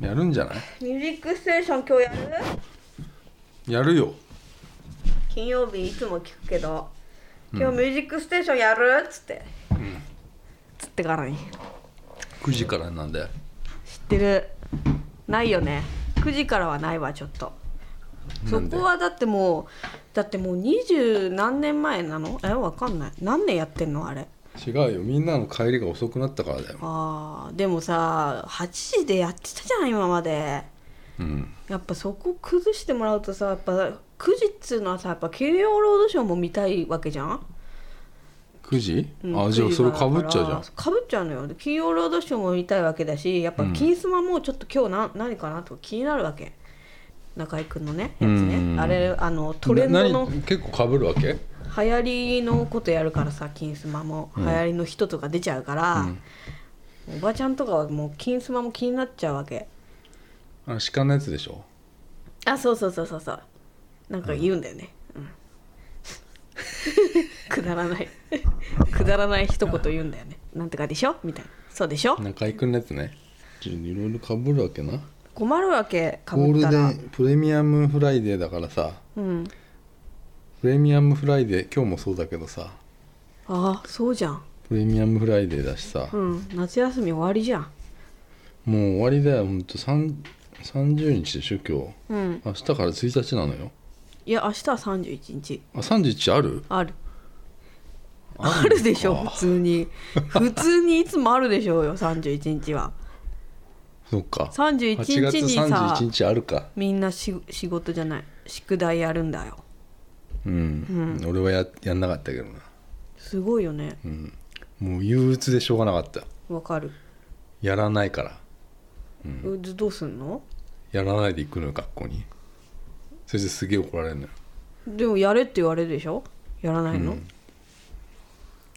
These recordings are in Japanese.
やるんじゃないミュージックステーション今日やるやるよ金曜日いつも聞くけど今日ミュージックステーションやるっつって、つってからに9時からなんで知ってるないよね9時からはないわちょっとなそんでこはだってもうだってもう二十何年前なのえわかんない何年やってんのあれ違うよみんなの帰りが遅くなったからだよあーでもさ8時でやってたじゃん今までうんやっぱそこ崩してもらうとさやっぱ9時っつうのはさやっぱ「金曜ロードショー」も見たいわけじゃん、 9時、うんあじゃあ9それだからぶっちゃうじゃんかぶっちゃうのよで金曜ロードショーも見たいわけだしやっぱ「金スマ」もちょっと今日な何かなとか気になるわけ中居君のねやつうんうんうねんあれあのトレンドなの何結構かぶるわけ流行りのことやるからさ「金スマ」も流行りの人とか出ちゃうから、おばちゃんとかはもう「金スマ」も気になっちゃうわけあ鹿のやつでしょあそうそうそうそうそうなんか言うんだよね、うん、 くだらない くだらない一言言うんだよねなんとかでしょみたいなそうでしょ中居君のやつねいろいろかぶるわけな困るわけかゴーぶったルデらンプレミアムフライデーだからさうんプレミアムフライデー今日もそうだけどさああそうじゃんプレミアムフライデーだしさ、うん夏休み終わりじゃんもう終わりだよほんと3 30日でしょ今うん日明日から1日なのよいや明日は31日あ31あるあるあるでしょ普通に普通にいつもあるでしょうよ31日はそっか31 8月日にさ31日あるかみんなし仕事じゃない宿題やるんだようん、俺はややんなかったけどな、すごいよねうん、もう憂鬱でしょうがなかったわかるやらないからうずどうすんのやらないで行くのよ学校にそれですげえ怒られるのよでもやれって言われるでしょやらないの、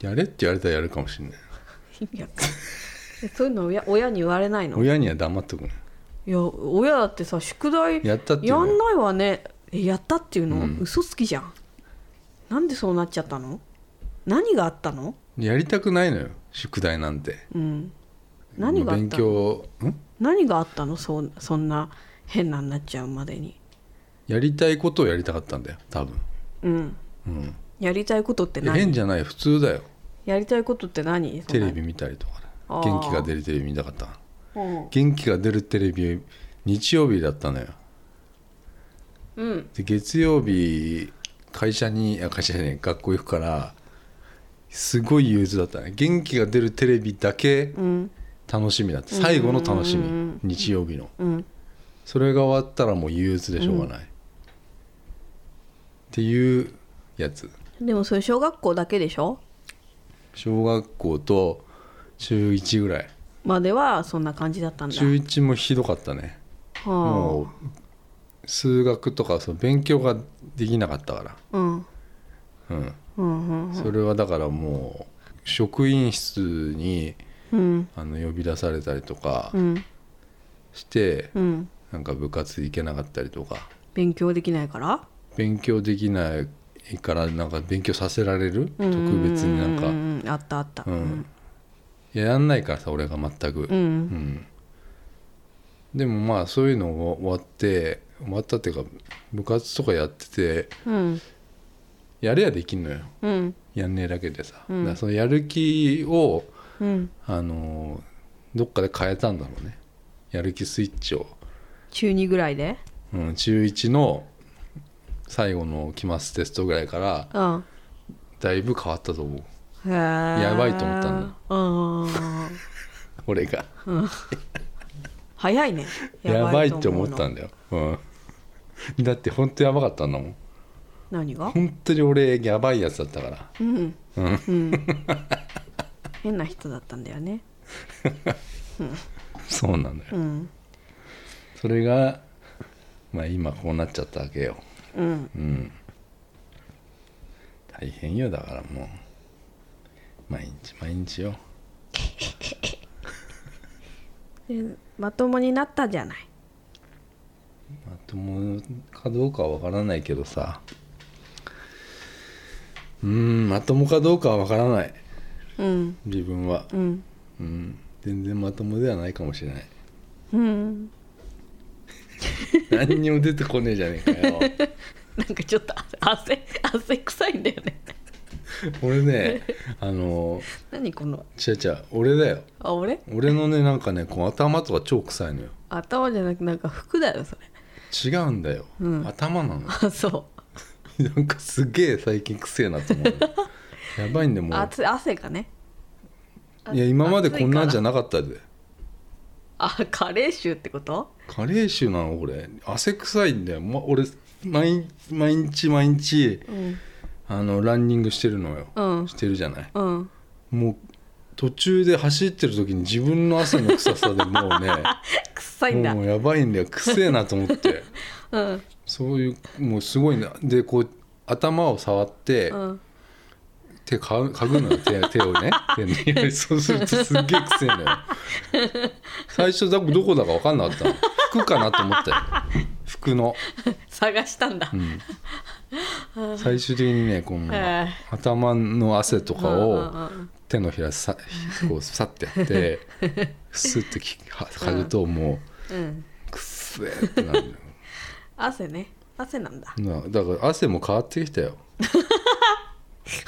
やれって言われたらやるかもしれない意味わかんないえそういうの親親に言われないのい親には黙っとくのよや親だってさ宿題やったっていうやのんよないわねえやったっていうの、うん嘘つきじゃんなんでそうなっちゃったの何があったのやりたくないのよ宿題なんてうん何があっ勉たの強ん何があったのそうそんな変なになっちゃうまでにやりたいことをやりたかったんだよ多分うんうんやりたいことっていや変何じゃない普通だよやりたいことって何テレビ見たりとかねあー元気が出るテレビ見たかったうん、元気が出るテレビ日曜日だったのようん、で月曜日会社にあ会社じゃねえ学校行くからすごい憂鬱だったね元気が出るテレビだけうん楽しみだった最後の楽しうんうんみ日曜日のうんそれが終わったらもう憂鬱でしょうがない、っていうやつでもそれ小学校だけでしょ小学校と中1ぐらいまではそんな感じだったんだ。中1もひどかったねもうは数学とかそう勉強ができなかったかあ、うん、ら、うんうん、うんそれはだからもう職員室にうん、あの呼び出されたりとかうん、して、うん、なんか部活行けなかったりとか勉強できないから。勉強できないからなんか勉強させられる特別になんか、ううんうんあったあった。うんいややんないからさ俺が全く、うん、うん、でもまあそういうのが終わって終わったっていうか部活とかやっててうん、やれやできんのようん、やんねえだけでさ、だからそのやる気をうん、あのーどっかで変えたんだろうねやる気スイッチを、中二ぐらいで。うん、中1の最後の期末テストぐらいからうん。だいぶ変わったと思うへえ。やばいと思ったんだだ。うん。俺が早いね。やばいって思っただ。んだよ、うん、 だって本当やばかったんだもん何が？本当に俺やばいやつだったからうん。うん。変な人だったんだよね。そうなんだようん。それがまあ今こうなっちゃったわけようん。うん大変よだからもう毎日毎日よでまともになったじゃない。まともかどうかはわからないけどさうーんまともかどうかはわからないうん。自分はうん。うん全然まともではないかもしれないうん。何にも出てこねえじゃねえかよ なんかちょっと汗汗臭いんだよね俺ねあの何この違う違う俺だよあ俺俺のねなんかねこう頭とか超臭いのよ頭じゃなくなんか服だよそれ違うんだよ、うん頭なの あそなんかすげえ最近臭えなと思う やばいんでうもう汗汗かねいや今までこんなんじゃななかったであ加齢臭ってこと加齢臭なの俺汗臭いんだよ、ま、俺毎毎日毎日うんあのランニングしてるのよ、うんしてるじゃないうんもう途中で走ってる時に自分の汗の臭さでもう ね臭いんだもうやばいんだよ臭えなと思ってうんそういうもうすごいなでこう頭を触って、うん手かかぐのよ手手をね手に そうするとすっげえ臭いのよ最初だどこだか分かんなかったの服かなと思ったよ服の、探したんだうん、最終的にねこのへえ頭の汗とかうんうんをうん手のひらさこうさってや ってスッてきは嗅ぐともうんうくっせーってなるのよ汗ね汗な んだなだから汗も変わってきたよ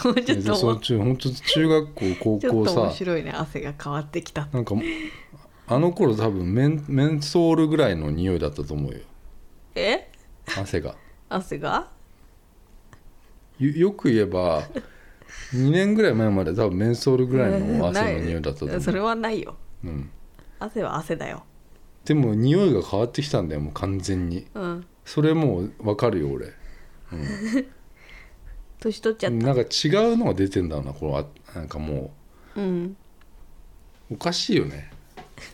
も うちょっでそのと中本当中学校高ちょっと面校さ白いね汗が変わってきたなんかあの頃多分メンメンソールぐらいの匂いだったと思うよえ汗が汗がよよく言えば2年ぐらい前まで多分メンソールぐらいの汗の匂いだったと思なうそれはないようん、汗は汗だよでも匂いが変わってきたんだよもう完全にうんそれもう分かるよ俺年取っちゃっなんか違うのが出てんだろうなこれはなんかもたうんうおかしいよね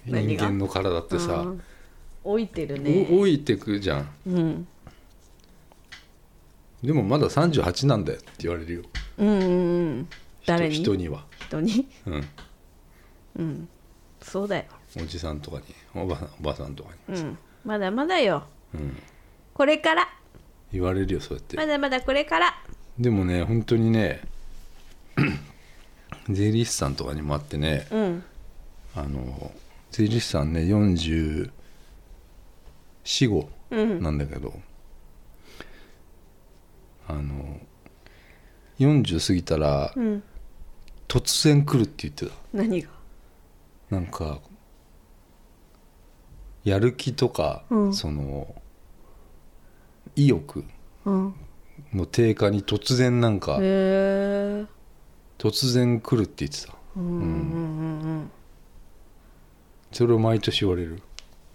何人が間の体ってうさ、ん老いてるおね老いてくじゃんうんでもまだ38なんだよって言われるようんうんうん誰に人人には、人にうん、うんそうだよおじさんとかにおばさんおばさんとかうに、んまだまだようん、これから言われるよそうやってまだまだこれからでもね本当にね 税理士さんとかにもあってねうんあの税理士さんね445うんなんだけど、あの40過ぎたらうん突然来るって言ってた何がなんかやる気とか、うんその意欲うんの低下に突然なんかへえ突然来るって言ってたうんうんうんうんそれを毎年言われる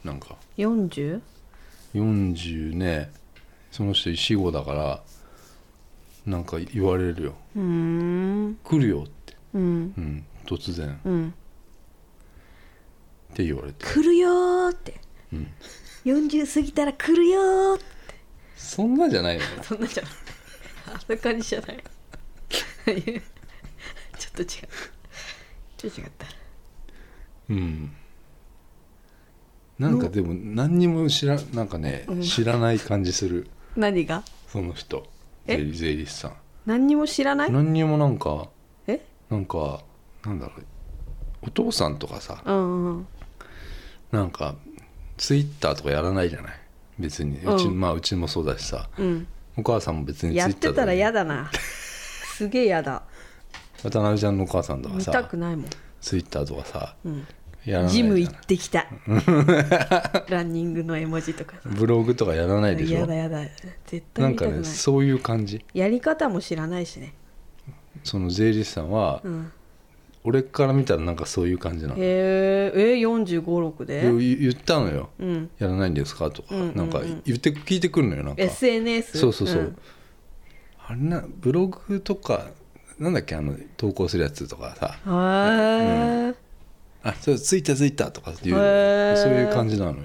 なんか 40? 40ねその人死後だからなんか言われるようーん来るよって、うんうん、突然っうんて言われて来るよーって、うん40過ぎたら来るよーってそんなじゃないよねそんなんじゃないあそんな感じじゃないちょっと違うちょっと違ったうんなんかでも何にも知らなんかね、うん知らない感じする何がその人え税理税理士さん何にも知らない何にもなんかえなんかなんだろうお父さんとかさうんうんなんかツイッターとかやらないじゃない別にうち,、うんまあ、うちもそうだしさうんお母さんも別にツイッやターってたら嫌だなすげえ嫌だ渡辺ちゃんのお母さんとか見たさくないもん、ツイッターとかさうん、やらないじジゃなムい行ってきた ランニングの絵文字とかさブログとかやらないでし嫌ょだ嫌だ絶な対ん見たかくないねそういう感じやり方も知らないしね、その税理士さんは、うん、俺から見たらなんかそういう感じなのへええ4 5 6でで言言ったのよ、うんやらないんですかとか、うんうんうんなんか言って聞いてくるのよなんか SNS そうそうそう、あれなブログとかなんだっけあの投稿するやつとかさうん、へえ、あそうついたついたとかっていうのへーそういう感じなのよ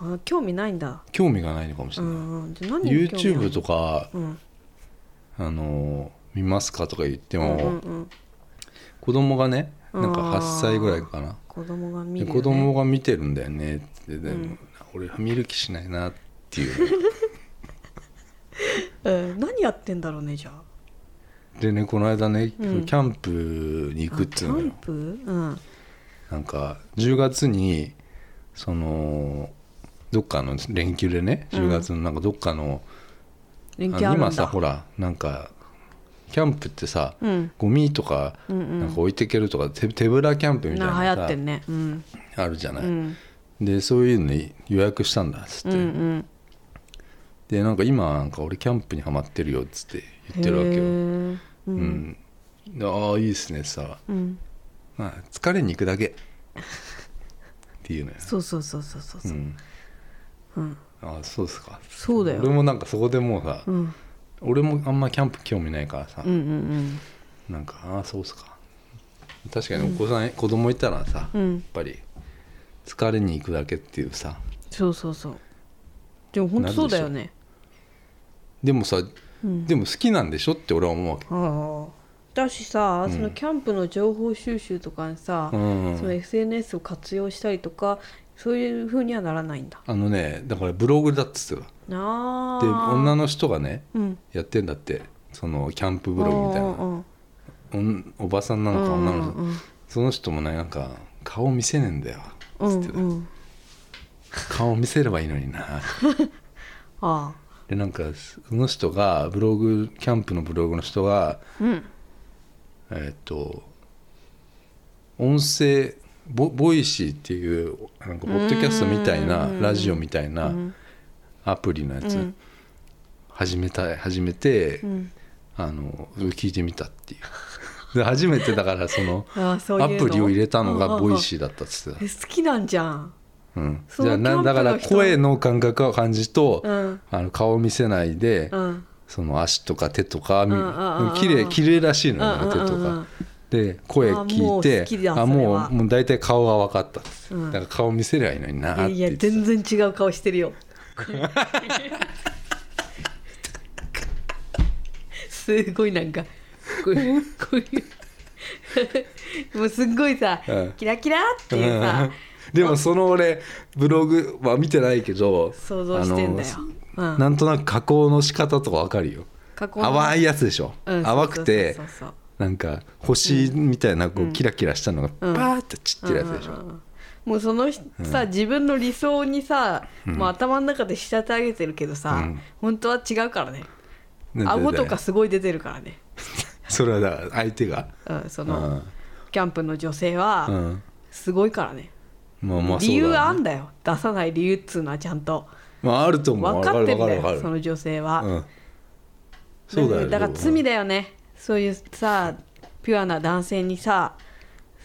あ興味ないんだ興味がないのかもしうれない、んうんじゃあ何に興味ある YouTube とか、うんあのー見ますかとか言ってうんも、うんうん子供がねなんかあー8歳ぐらいかな、子供がで見るよ、ね、子供が見てるんだよねってでも、うん俺は見る気しないなっていうえー何やってんだろうねじゃあでねこの間ね、うんキャンプに行くっつうのあキャンよプうんなんか10月にそのどっかの連休でね10月のなんかどっかの、連あ休あのるんだ今さほらなんかキャンプってさ、うんゴミとかうんうんなんか置いてけるとか、手手ぶらキャンプみたいななの流さ行ってんねうんあるじゃない、うんでそういうのに予約したんだっつっうんて、うんでなんか今なんか俺キャンプにはまってるよっつって言ってるわけへよ、ーううんん、でああいいっすねさ、うんまあ、疲れに行くだけっていうのよ、そうそうそうそうそうう、そうんうんああそうっすかそうだよ俺もなんかそこでもうさ、うんうん俺もあんまキャンプ興味ないからさ、うんなんかああそうっすか確かにお子さん、子供いたらさ、うんうやっんぱり疲れに行くだけっていうさそうそうそうでも本当そうだよねでもさ、うんでも好きなんでしょって俺は思うわけ、ああだしさ、そのキャンプの情報収集とかにさ、うんその SNS を活用したりとかそういうふうにはならないんだあのねだからブログだっつってたあであ女の人がねうんやってんだってそのキャンプブログみたいなおんおばさんなのか女の人、うんうんうんその人もねなんか顔見せねえんだようつんってた、うん顔見せればいいのにな あでなんかその人がブログキャンプのブログの人があうんえーっと音声ボボイシーっていうなんかポッドキャストみたいなラジオみたいなアプリのやうつん始めた始めて、うんあの聞いてみたっていうで初めてだからそのああそういうアのプリを入れたのがボイーシーだったっつってた、え好きなんじゃんうん、そじゃのあなだからキャンプの人声の感覚を感じと、うんあの顔見せないで、うんその足とか手とかみうんうんうんうん綺麗綺麗らしいのうよんうんねう手んうんとか。で声聞いあもう好きてだあそれもはうもう大体顔は分かったっつって、うんだから顔見せりゃいいのになーっいてや言いやってた全然違う顔して るよすごいなんかこういうこういうもうすっごいさ、うんキラキラっていううさん、でもその俺ブログは見てないけど想像してんだよあのうんなんとなく加工の仕方とか分かるよ加工の淡いやつでしょ、うん淡くてそうそうそうなんか星みたいなこうキラキラしたのがパんーって散ってるやつでしょ、うんうんうんもうその人さ、自分の理想にさ、もう頭の中で仕立て上げてるけどさ、うん本当は違うからねなんだよね顎とかすごい出てるからね、それはだから相手が、うん、そうの、んキャンプの女性は、うん、すごいからねまあまあそうだ、ね、理由あんだよ出さない理由っつうのはちゃんとまああると思う分かってるんわだかよるわかるその女性は、うん、そうだよだから罪だよねそういうさピュアな男性にさ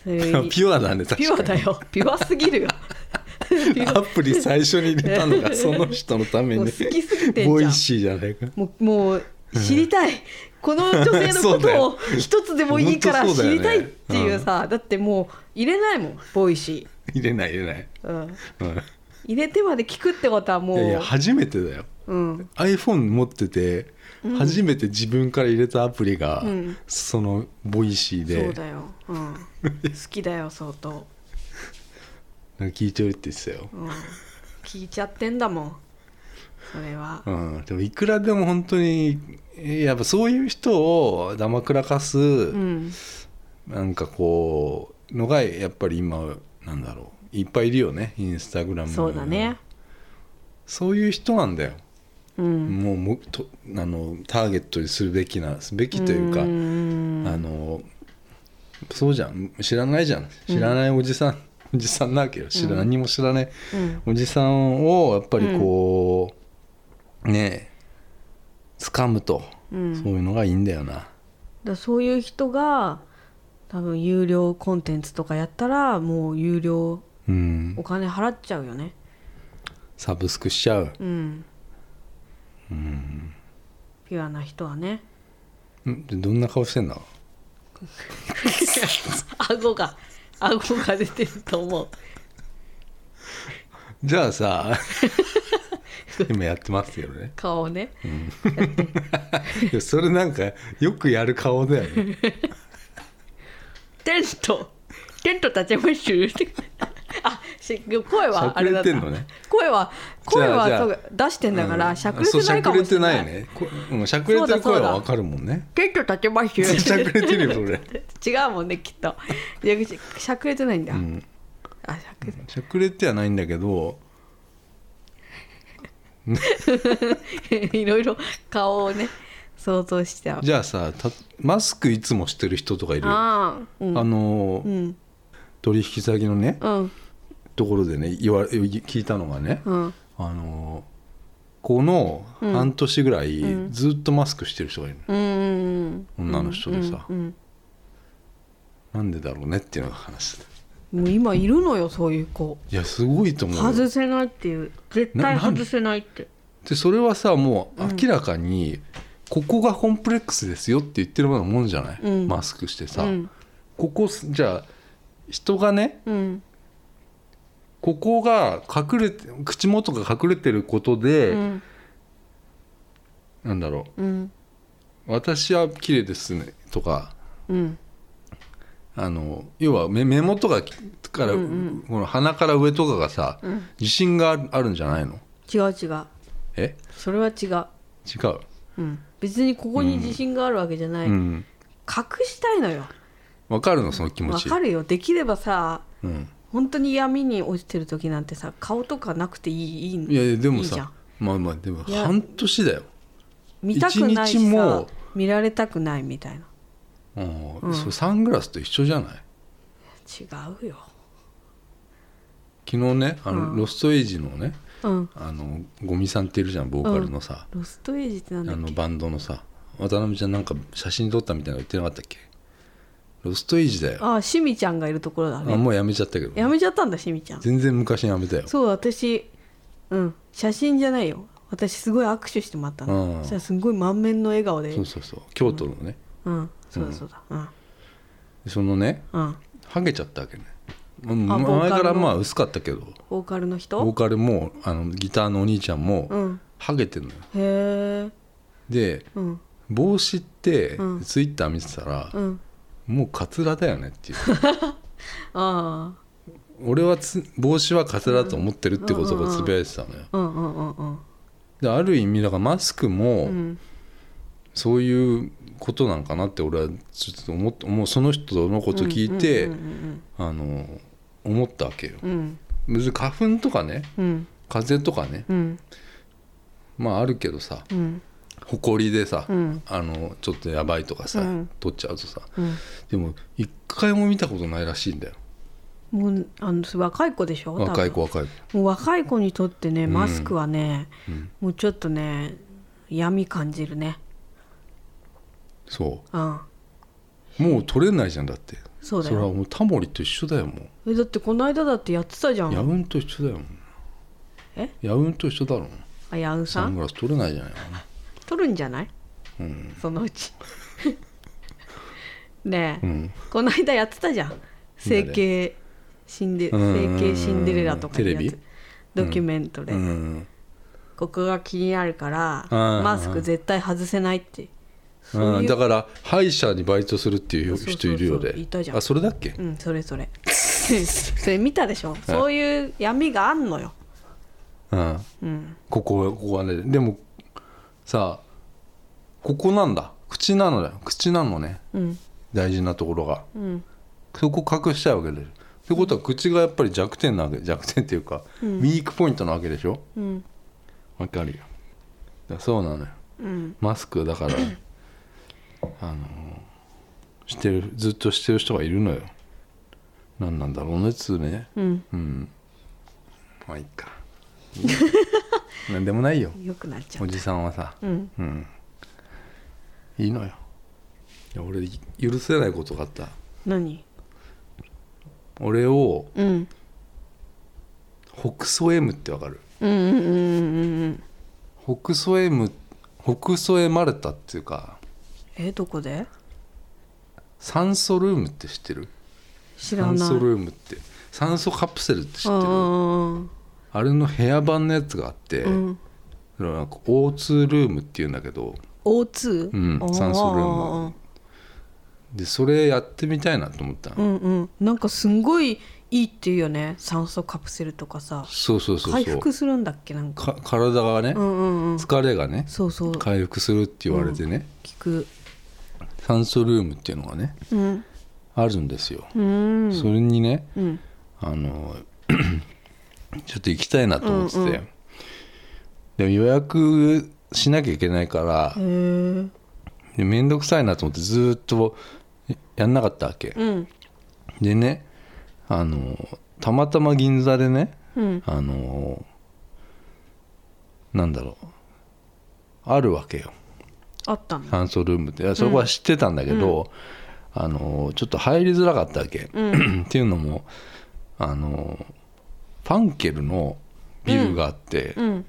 そう いうピュアだね確ピかュにアだよピュアすぎ るよ ピュアアプリ最初に入れたの がその人のためにもう好きすぎてんじゃんボイシーじゃないかもうもう知りたいこの女性 のそうこだとよを一つでもいいから本当そう知だよりねたいっていうさだ,、ってもう入れないもんボイシ入れない入れない、ー、うん、うん入れてまで聞くってことはもういやいや初めてだようん、 iPhone 持ってて初めて自分から入れたアプリが、うんそのボイシーそうでだよ、 うん、好きだよ相当、なんか聞いてるって言ってたよ、うん、聞いちゃってんだもんそれはうん、でもいくらでも本当にえーやっぱそういう人をだまくらかす、うんなんかこうのがやっぱり今なんだろういっぱいいるよねインスタグラムそうだねそういう人なんだようんもうもとあのターゲットにするべきなすべきというかんあのそうじゃん知らないじゃん知らないおじさん、 おじさんなわけよ知ら、何も知らないうんおじさんをやっぱりこう、ねえ掴むと、うんそういうのがいいんだよなだそういう人が多分有料コンテンツとかやったらもう有料うんお金払っちゃうよねサブスクしちゃううん、ピュアな人はね んでどんな顔してんだ顎が顎が出てると思うじゃあ さ今やってますよね顔をねいやそれなんかよくやる顔だよ ねテントテント立てますってあし声はあれだったしゃくれてんのね声は声はじゃあそじう出してんだから、うんしゃくれてないかもしれないそうしゃくれてないねこうんしゃくれてる声はわかるもんねテント立てま すしゃくれてるよそれ違うもんねきっといやししゃくれてないんだ、あしゃくれてしゃくれてはないんだけどい ろいろ顔をね想像してたじゃあさたマスクいつもしてる人とかいるよあああうんのーうん取引先のねうんところでね言わ聞いたのがね、うんあのーこの半年ぐらい、うんずっとマスクしてる人がいるのうん女の人でさうんなんでだろうねっていうのが話してたうんもう今いるのよそういう子いやすごいと思うよ外せないっていう絶対ななん外せないってでそれはさもう明らかに、ここがコンプレックスですよって言ってるようなもんじゃない、うんマスクしてさ、うんここすじゃあ人がねうんここが隠れて口元が隠れてることうで、んなんだろうんう私は綺麗ですねとかうんあの要は目目元がきから、うんうこの鼻から上とかがさ、うん自信があるあるんじゃないの違う違うえそれは違う違う、うん別にここに自信があるわけじゃない、うん隠したいのよわかるのその気持わちかるよできればさうん、本当に闇に落ちてる時なんてさ顔とかなくていいいいいやいやでもいいさじゃんまあまあでもいや半年だよ見たくないし一日さも見られたくないみたいなうんうんそれサングラスと一緒じゃない違うよ昨日ねあの、うんロストエイジのねうんあのゴミさんっているじゃんボーカルのさ、ロストエイジってなんだあっのけバンドのさ渡辺ちゃんなんか写真撮ったみたいなの言ってなかったっけロストエイジだよああしみちゃんがいるところだあねもうやめちゃったけどね、やめちゃったんだしみちゃん全然昔やめたよそう私うん写真じゃないよ私すごい握手してもらったうんのそしたらすごい満面の笑顔でそうそうそう京都のね、うんそうだそうだうんそのねうんハゲちゃったわけねうんあボーカルの前からまあ薄かったけどボーカルのボー人カルもあのギターのお兄ちゃんも、うんハゲてんのよへえでうん帽子って、うんツイッター見てたら、うんもうカツラだよねっていう あ俺はつ帽子はカツラだと思ってるってことがつぶやいてたのよ、あうんうんうんうんである意味だからマスクもうんそういうことなんかなって俺はちょっと思ってもうその人のこと聞いて、うんうんあの思ったわけようんうん別に花粉とかねうん風邪とかねうんまああるけどさうんほこりでさ、うんあのちょっとやばいとかさ、うん取っちゃうとさうんでも一回も見たことないらしいんだよもうあの若い子でしょ多分若い子若い子もう若い子にとってねうんマスクはね、うんもうちょっとね闇感じるねそうんうもう取れないじゃんだってそうだれはよもうタモリと一緒だよもうえだってこの間だってやってたじゃヤんウンと一緒だよもうえヤウンと一緒だろあやうさサンんグラス取れないじゃないの取るんじゃないうんそのうちねえ、うんこの間やってたじゃん整形シンデうんうんうん整形シンデレラとかのやテレつビドキュメントで、うんここが気になるからうんマスク絶対外せないってそううんいうだから歯医者にバイトするっていうそうそう人そういるよいねたじゃんあそれだっけうんそれ それそれ見たでしょそういう闇があんのようんうんここここはねでもさここなんだ口なのだよ口なのねうん大事なところがうんそこ隠したいわけですってことは口がやっぱり弱点なわけ弱点っていうか、ウィークポイントなわけでしょうんわかるよだからそうなのようんマスクだからあのしてるずっとしてる人がいるのよ何なんだろうねっつうねうんうんまあいいかなんでもないよよくなっちゃおうじさんはさうんうんいいのよいや俺い許せないことがあった何俺をうん北総 M ってわかるうんうんうんうんうん北総 M 北総 M マルタっていうかえどこで酸素ルームって知ってる知ら酸ない素ルームって酸素カプセルって知ってうるんあれの部屋版のやつがあって、うんうんなんか O2 ルームっていうんだけど O2 うんあー酸素ルームでそれやってみたいなと思ったの、うんうんなんかすんごいいいっていうよね酸素カプセルとかさそうそうそう回そう復するんだっけなんかか体がね、うんうんうん疲れがねそうそう聞回復するって言われてね、く酸素ルームっていうのがねうんあるんですよ、うんそれにねうん あのちょっと行きたいなと思ってて、でも予約しなきゃいけないからへえで面倒くさいなと思ってずーっとやんなかったわけうんでねあのたまたま銀座でねうんあのなんだろうあるわけよあったんだ乾燥ルームっていやそこは知ってたんだけど、あのちょっと入りづらかったわ け、うっていうのもあのファンケルのビルがあって、うん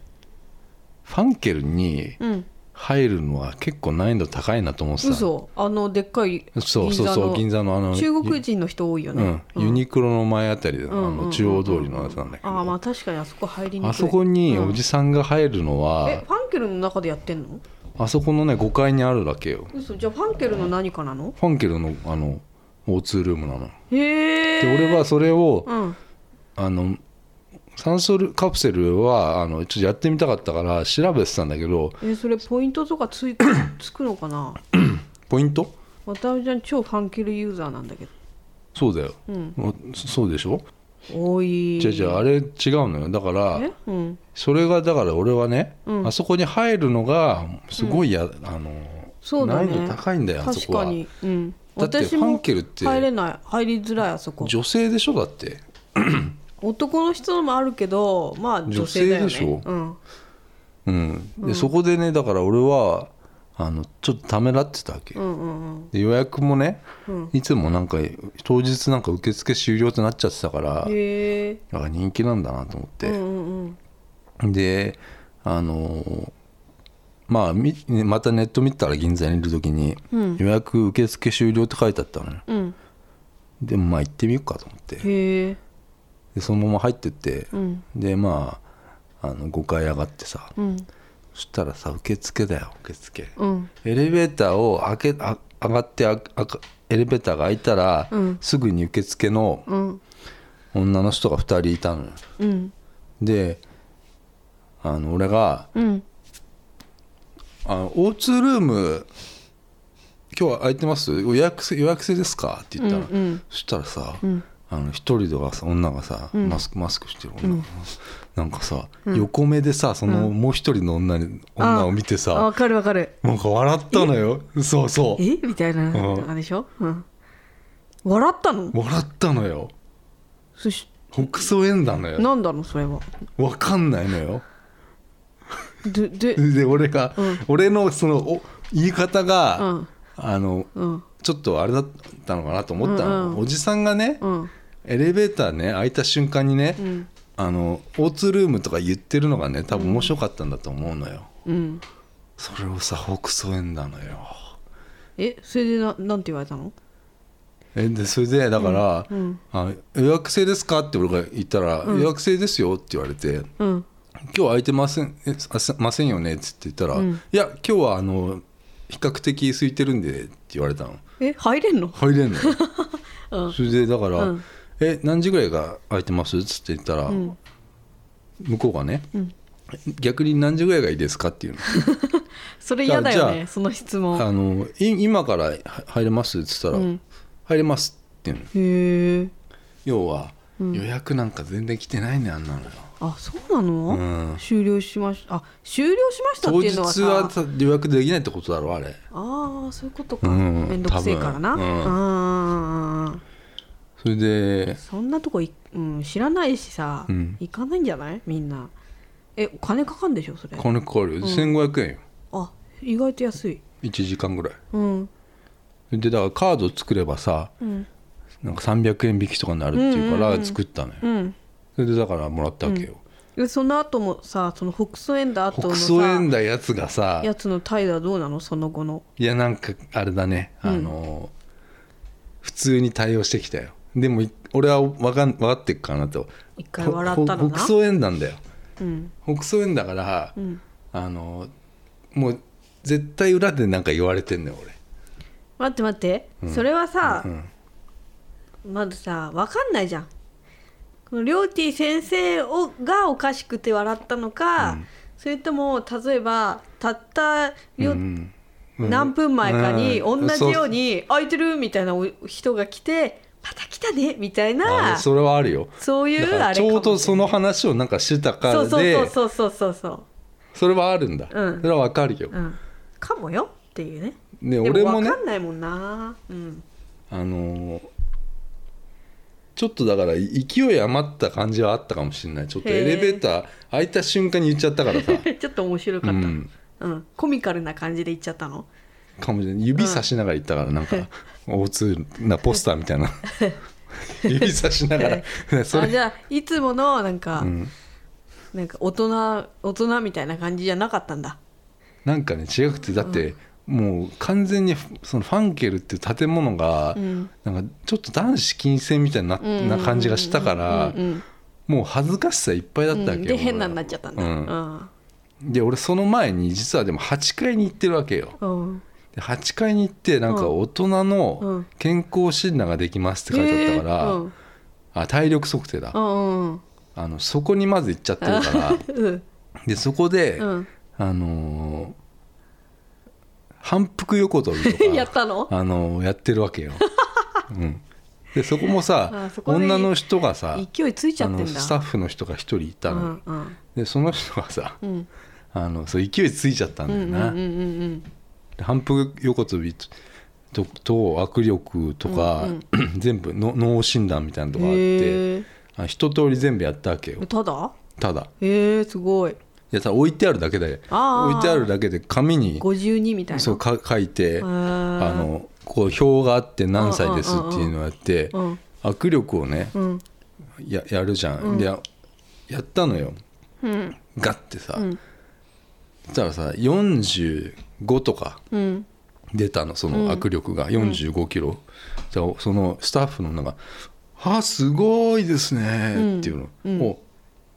ファンケルにうん入るのは結構難易度高いなと思ってたの嘘あのでっかいそうそうそう銀座座のあのの中国人の人多いよねうん、ユニクロの前あたりで、うんあの中央通りのやつなんだけど、ああまあ確かにあそこ入りにくいあそこにうんおじさんが入るのは、えファンケルの中でやってんのあそこのね5階にあるだけよ嘘じゃあファンケルの何かなのファンケルのあの O2 ルームなのへえで俺はそれをうんあの酸素ルカプセルはあのちょっとやってみたかったから調べてたんだけどえそれポイントとかついつくのかなポイント私ちゃん超ファンケルユーザーなんだけどそうだよ、うんおそそうでしょ多いじゃあじゃああれ違うのよだからえうんそれがだから俺はね、うんあそこに入るのがすごいや、あのそうだ難ね易度高いんだよあそ確こはかにうんだって私ファンもケルって入れない入りづらいあそこ女性でしょだって男の人のもあるけどまあ女性だよね女性でしょうんうん、でそこでねだから俺はあのちょっとためらってたわけ、うんうんで予約もね、うんいつもなんか当日なんか受付終了ってなっちゃってたから、うんへえあ人気なんだなと思っうんて、うんうんであのーまあみまたネット見たら銀座にいる時に、うん予約受付終了って書いてあったのねうんでもまあ行ってみようかと思ってへえでそのまま入ってって、うんでまああの5階上がってさうんそしたらさ受付だよ受付、うんエレベーターを開けあ上がってああかエレベーターが開いたら、うんすぐに受付のうん女の人が2人いたのようんであの俺がうんあの「O2 ルーム今日は空いてます予約制予約制ですか?」って言ったら、うんうんそしたらさ、んあの一人ではさ女がさ、マスクマスクしてる女がさ、なんかさ、横目でさそのもう一人の女に、女を見てあさわかるわかるなんか笑ったのよそうそうえみたいなうんあれでしょ、うん、笑ったの笑ったのよそし北総縁談のよなんだのそれはわかんないのよででで俺が、うん俺のそのお言い方が、うんあのうんちょっとあれだったのかなと思ったの、うんうんおじさんがね、うんエレベーターね開いた瞬間にね、うんあの O2 ルームとか言ってるのがね多分面白かったんだと思うのよ、うんそれをさ北総縁談のよえそれでななんて言われたのえでそれでだから、うんうんあ予約制ですか?」って俺が言ったら「予約制ですよ」って言われてうん今日空いてませんえあせませんよねっつって言ったら、うんいや今日はあの比較的空いてるんでって言われたのえ入れんの入れんの、 うんそれでだから、うんえ何時ぐらいが空いてますっつって言ったら、ん向こうがね、ん逆に何時ぐらいがいいですかっていうのそれ嫌だよじゃねあその質問あのい今からは入れますっつったら、うん入れますっていうのへえ要は、予約なんか全然来てないねあんなのよあそうなの、うん終了しましたあ終了しましたっ当て日いうのはさはさ予約できないってことだろあれああそういうことかうん面倒、くせえからな多分うんああそれでそんなとこい、うん、知らないしさ、うん行かないんじゃないみんなえお金かかんでしょそれ金かかるよ、1500円よあ意外と安い1時間ぐらいうんでだからカード作ればさうんなんか300円引きとかになるっていうかうんうんうらん作ったのよ、うんそれでだからもらったわけよ、でその後もさその北総園だ後の北さ総園だやつがさやつの態度はどうなのその後のいやなんかあれだね、あのー普通に対応してきたよでもい俺は分かん分かってっかなと一回笑ったのほな北総園なんだようん北総園だから、うんあのーもう絶対裏でなんか言われてんねん俺待って待って、それはさ、うんまずさ分かんないじゃんこのりょうてぃ先生をがおかしくて笑ったのか、それとも例えばたったりょうんうん何分前かにう同んじように「空いてる?」みたいなお人が来て「また来たね」みたいそうあなそれはあるよそういだうからあれちかもょうどその話をなんかしてたからでそうそうそうそうそうそうそうそれはあるんだ、うんそれはわかるよ、うん、かもよっていうねねで俺ももね分かんないもんな、うん、 あのーちょっとだからい勢い余った感じはあったかもしれないちょっとへーエレベーター開いた瞬間に言っちゃった からさ、ちょっと面白うかった、うんん、コミカルな感じで言っちゃったのかもしれない指さしながら言ったからなんか O2 なポスターみたい な指さしながらそあじれ、ゃあいつものなんか、うん、なんか大人大人みたいな感じじゃなかったんだなんかね違くてだって、もう完全にフそのファンケルっていう建物が、うんなんかちょっと男子禁制みたいな,、な感じがしたから、うんうんもう恥ずかしさいっぱいだったわうんけよ、で変なになっちゃったんだううんんで俺その前に実はでも8階に行ってるわけようんで8階に行ってなんかうん大人の健康診断ができますって書いてあったから、へーうんあ体力測定だ、うんうんあのそこにまず行っちゃってるからうんでそこで、うんあのー反復横跳び やっとかたのあのーやってるわけ よ、うん、でそこもさあそこで女の人がさ勢いついちゃあってのんだスタッフの人が一人いたの、うんうんでその人がさうんあのそう勢いついちゃったんうだよんうんな、うんうん反復横跳びととと握力とか、うん 全部の脳診断みたいなのとうんかあってへあ一通り全部やったわけよえただただへえすごいいやさ置いてあるだけであー置いてあるだけで紙に52みたいなそうかか書いてああのこう表があって何歳ですっていうのをやってうん握力をねうんややるじゃん、うんでややったのようんガッてさ、うんそしたらさ45とかうん出たのその握力が4 5キロ、じゃあそのスタッフのなんか「あすごいですね」っていうの、うんうんお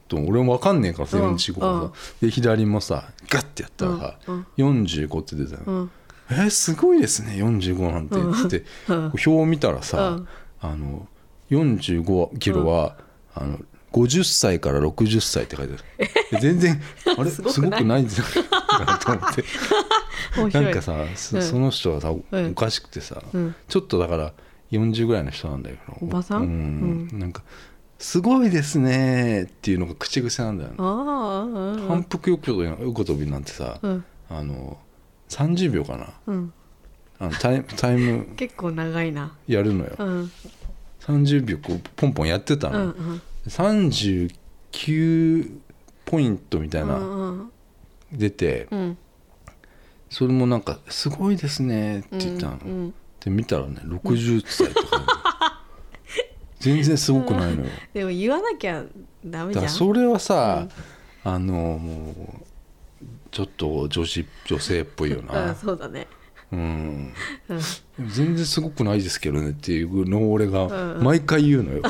と俺も分かんねえからさうん45がさ、で左もさガッてやったらさ、うん45って出たの、うんえーすごいですね45なんて」うんつって、うん表を見たらさ、うんあの45キロは、あの50歳から60歳って書いてあるで全然あれすごすごくくなないいんじゃない かなと思って。面白いなんかさ、そうんその人はさおうんおかしくてさ、うんちょっとだから40ぐらいの人なんだけどおばさんうんなんか「すごいですね」っていうのが口癖なんだよねああうんう反ん復横跳び横跳びなんてさ、うんあの30秒かなうんあのタイムタイム結構長いなやるのようん30秒こうポンポンやってたうんうの、ん39ポイントみたういんうなん出て、うんそれもなんか「すごいですね」って言ったの、うんで見たらね60歳とか 全然すごくないのよでも言わなきゃダだメじかゃんらそれはさ、あのもうちょっと女子女性っぽいようんな、そうだねうん、うん全然すごくないですけどねっていうのを俺がうん毎回言う のよ、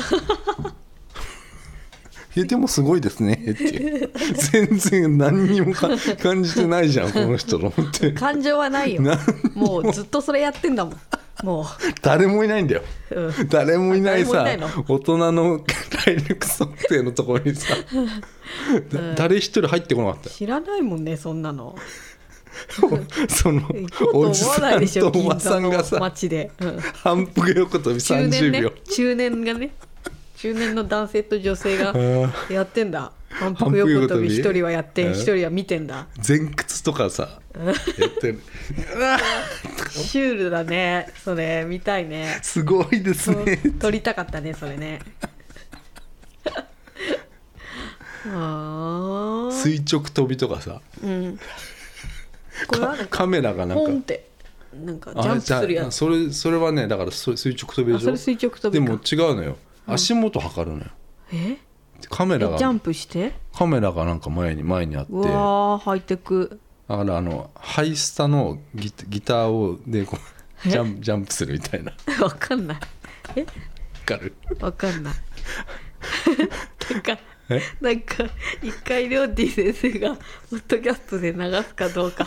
いやでもすごいですねっていう全然何にもか感じてないじゃんこの人と思って感情はないよなもうずっとそれやってんだもんも誰もいないんだよう、うん、誰もいないさ誰もいない大人の 体力測定のところにさ、だ うん誰一人入ってこなか ったよ知らないもんねそんなのその行こうおとじ思さわないんでしょとお銀ばさ座んがのさ街で、うん、反復横跳び中年30ね秒、中年がね中年の男性と女性があーやってんだ反復横跳び一人はやっうてん一人は見て んだ前屈とかさやってるうわシュールだねそれ見たい ねすごいですね撮りたかったねそ れねああ垂直跳びとかさうんこれはなんかカメラがなんポンっかてなんかジあャンプするじゃやあつそれそれはねだからそ垂直跳びあでしそょれ垂直跳でびもか違うのよ足元測るのよえカメえジラがャンプしてカメラがなんか前に前にあってうわーハイテク だからあのハイスタのギタギターをでこうえジャンジャンプするみたいなわわかんないえかるわか んないなんかえなんか一回りょうてぃ先生がポッドキャストで流すかど うか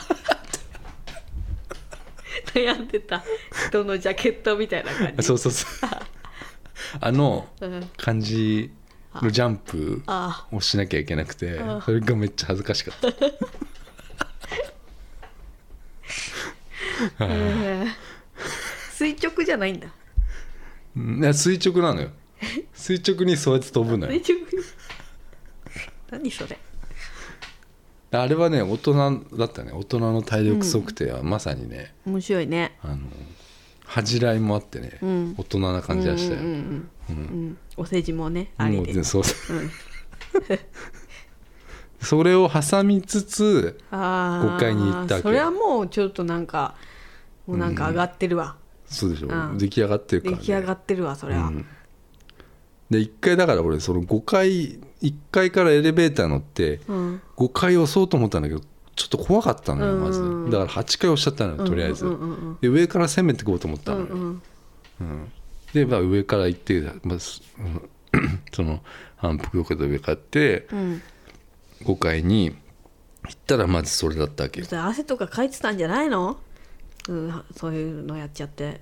悩んでた人のジャケットみたいな感じそうそうそうあのうん感じのジャンプあをしなきゃいけなくてあそれがめっちゃ恥ずかしかったあ、えー垂直じゃないんだうんいや垂直なのよ垂直にそうやって飛ぶのよ垂直何それあれはね大人だったね大人の体力測定はまさにね、面白いねあの恥じらいもあってね、うん大人な感じがしたよ、うんうんうんうんお世辞もねあもりうででそうそううん それを挟みつつあー国会に行ったわけそれはもうちょっとなんかもうなんか上がってるわ、そうでしょ、うん出来上がってるから、出ね、来上がってるわそれは、うんで1回だから俺その5階1階からエレベーター乗ってうん5階押そうと思ったんだけどちょっと怖かったのよまずうんだから8階押しちゃったのよとりあえずうんうんうんで上から攻めていこうと思ったうんのうよ、んで、まあ、上から行って、まあすうんその反復横で上から行ってうん5階に行ったらまずそれだったわけよそれ汗とかかいてたんじゃないの、うん、そういうのやっちゃって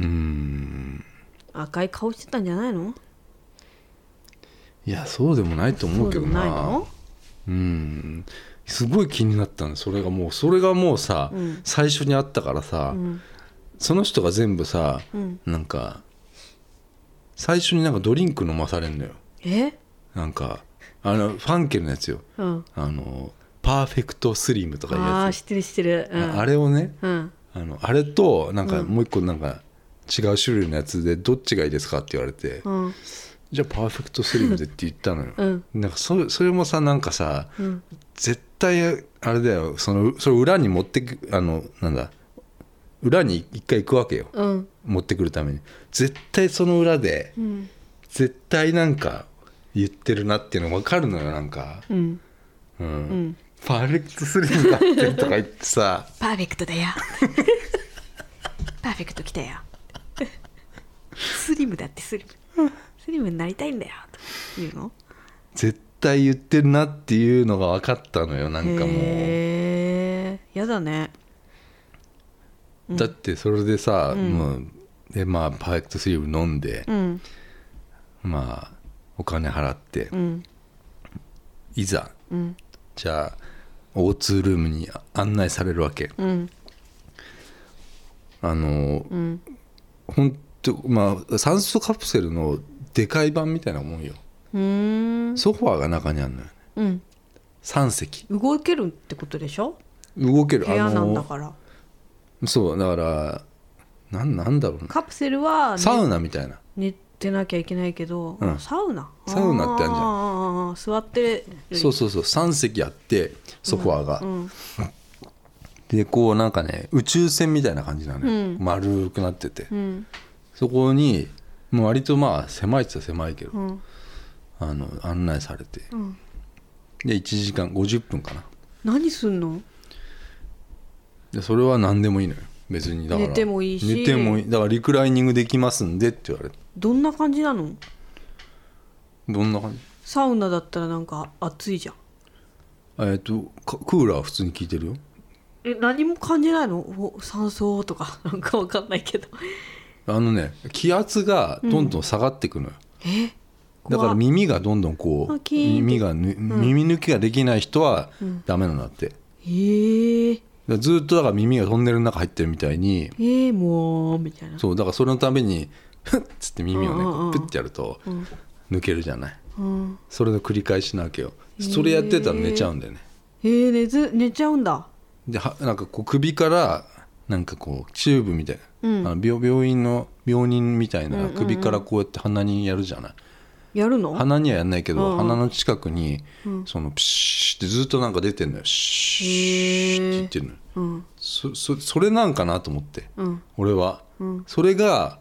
うーん赤い顔してたんじゃないのいやそうでもないと思うけどそうでもないなのうんすごい気になったのそれがもうそれがもうさ、うん最初にあったからさ、うんその人が全部さ、うんなんか最初になんかドリンク飲まされんのよえなんかあのファンケルのやつようんあのパーフェクトスリムとかいうああやーつ知ってる知ってる、うん、ああれをねうんあのあれとなんかうんもう一個なんか違う種類のやつでどっちがいいですかって言われて、うんじゃあパーフェクトスリムでって言ったのよ、うんなんかそそれもさなんかさうん絶対あれだよそのそれ裏に持ってくあのなんだ裏に一回行くわけようん持ってくるために絶対その裏でうん絶対なんか言ってるなっていうの分かるのよなんか、うんうんんパーフェクトスリムだってとか言ってさパーフェクトだよパーフェクト来たよスリムだってスリムスリムになりたいんだよというの絶対言ってるなっていうのが分かったのよなんかもうへえやだねだってそれでさ、もうでまあパーフェクトスリム飲んで、うんまあお金払って、うんいざうんじゃあ O2 ルームに案内されるわけうんあのうんほんとまあ酸素カプセルのでかい版みたいなもんようんソファーが中にあるのよねうん3席動けるってことでしょ動ける部屋なんだのからそうだからなんなんだろうなカプセルは、ね、サウナみたいな寝てなきゃいけないけど、うんサウナサウナってあるじゃんん座ってるそうそうそう3席あってソファーが、うんでこうなんかね宇宙船みたいな感じなのよ、うん丸くなってて、うんそこにもう割とまあ狭いっちゃ狭いけど、うんあの案内されてうんで1時間50分かな何すんのでそれは何でもいいのよ別にだから寝てもいいし寝てもいいだからリクライニングできますんでって言われてどんな感じなのどんな感じサウナだったらなんか暑いじゃんえっ、とかクーラーは普通に効いてるよえ何も感じないのお酸素とかなんかわかんないけどあのね気圧がどんどん下がってくのよ、えだから怖っ耳がどんどんこあうキーンって耳がぬ、耳抜きができない人はダメなんだって、だかえー、らずっとだから耳がトンネルの中入ってるみたいにえー、もうみたいなそうだからそれのために ふっつって耳をねうんうんこうんうプッてやるとうん抜けるじゃないうんそれの繰り返しなわけよそれやってたら寝ちゃうんだよねえー、寝ず寝ちゃうんだではなんかこう首からなんかこうチューブみたいな、うんあの病病院の病人みたいな首からこうやって鼻にやるじゃない、やるの鼻にはやんないけど、うんうん鼻の近くに、うんそのプシューってずっとなんか出てんのよシューって言ってるのようんそそそれなんかなと思ってうん俺は、うんそれが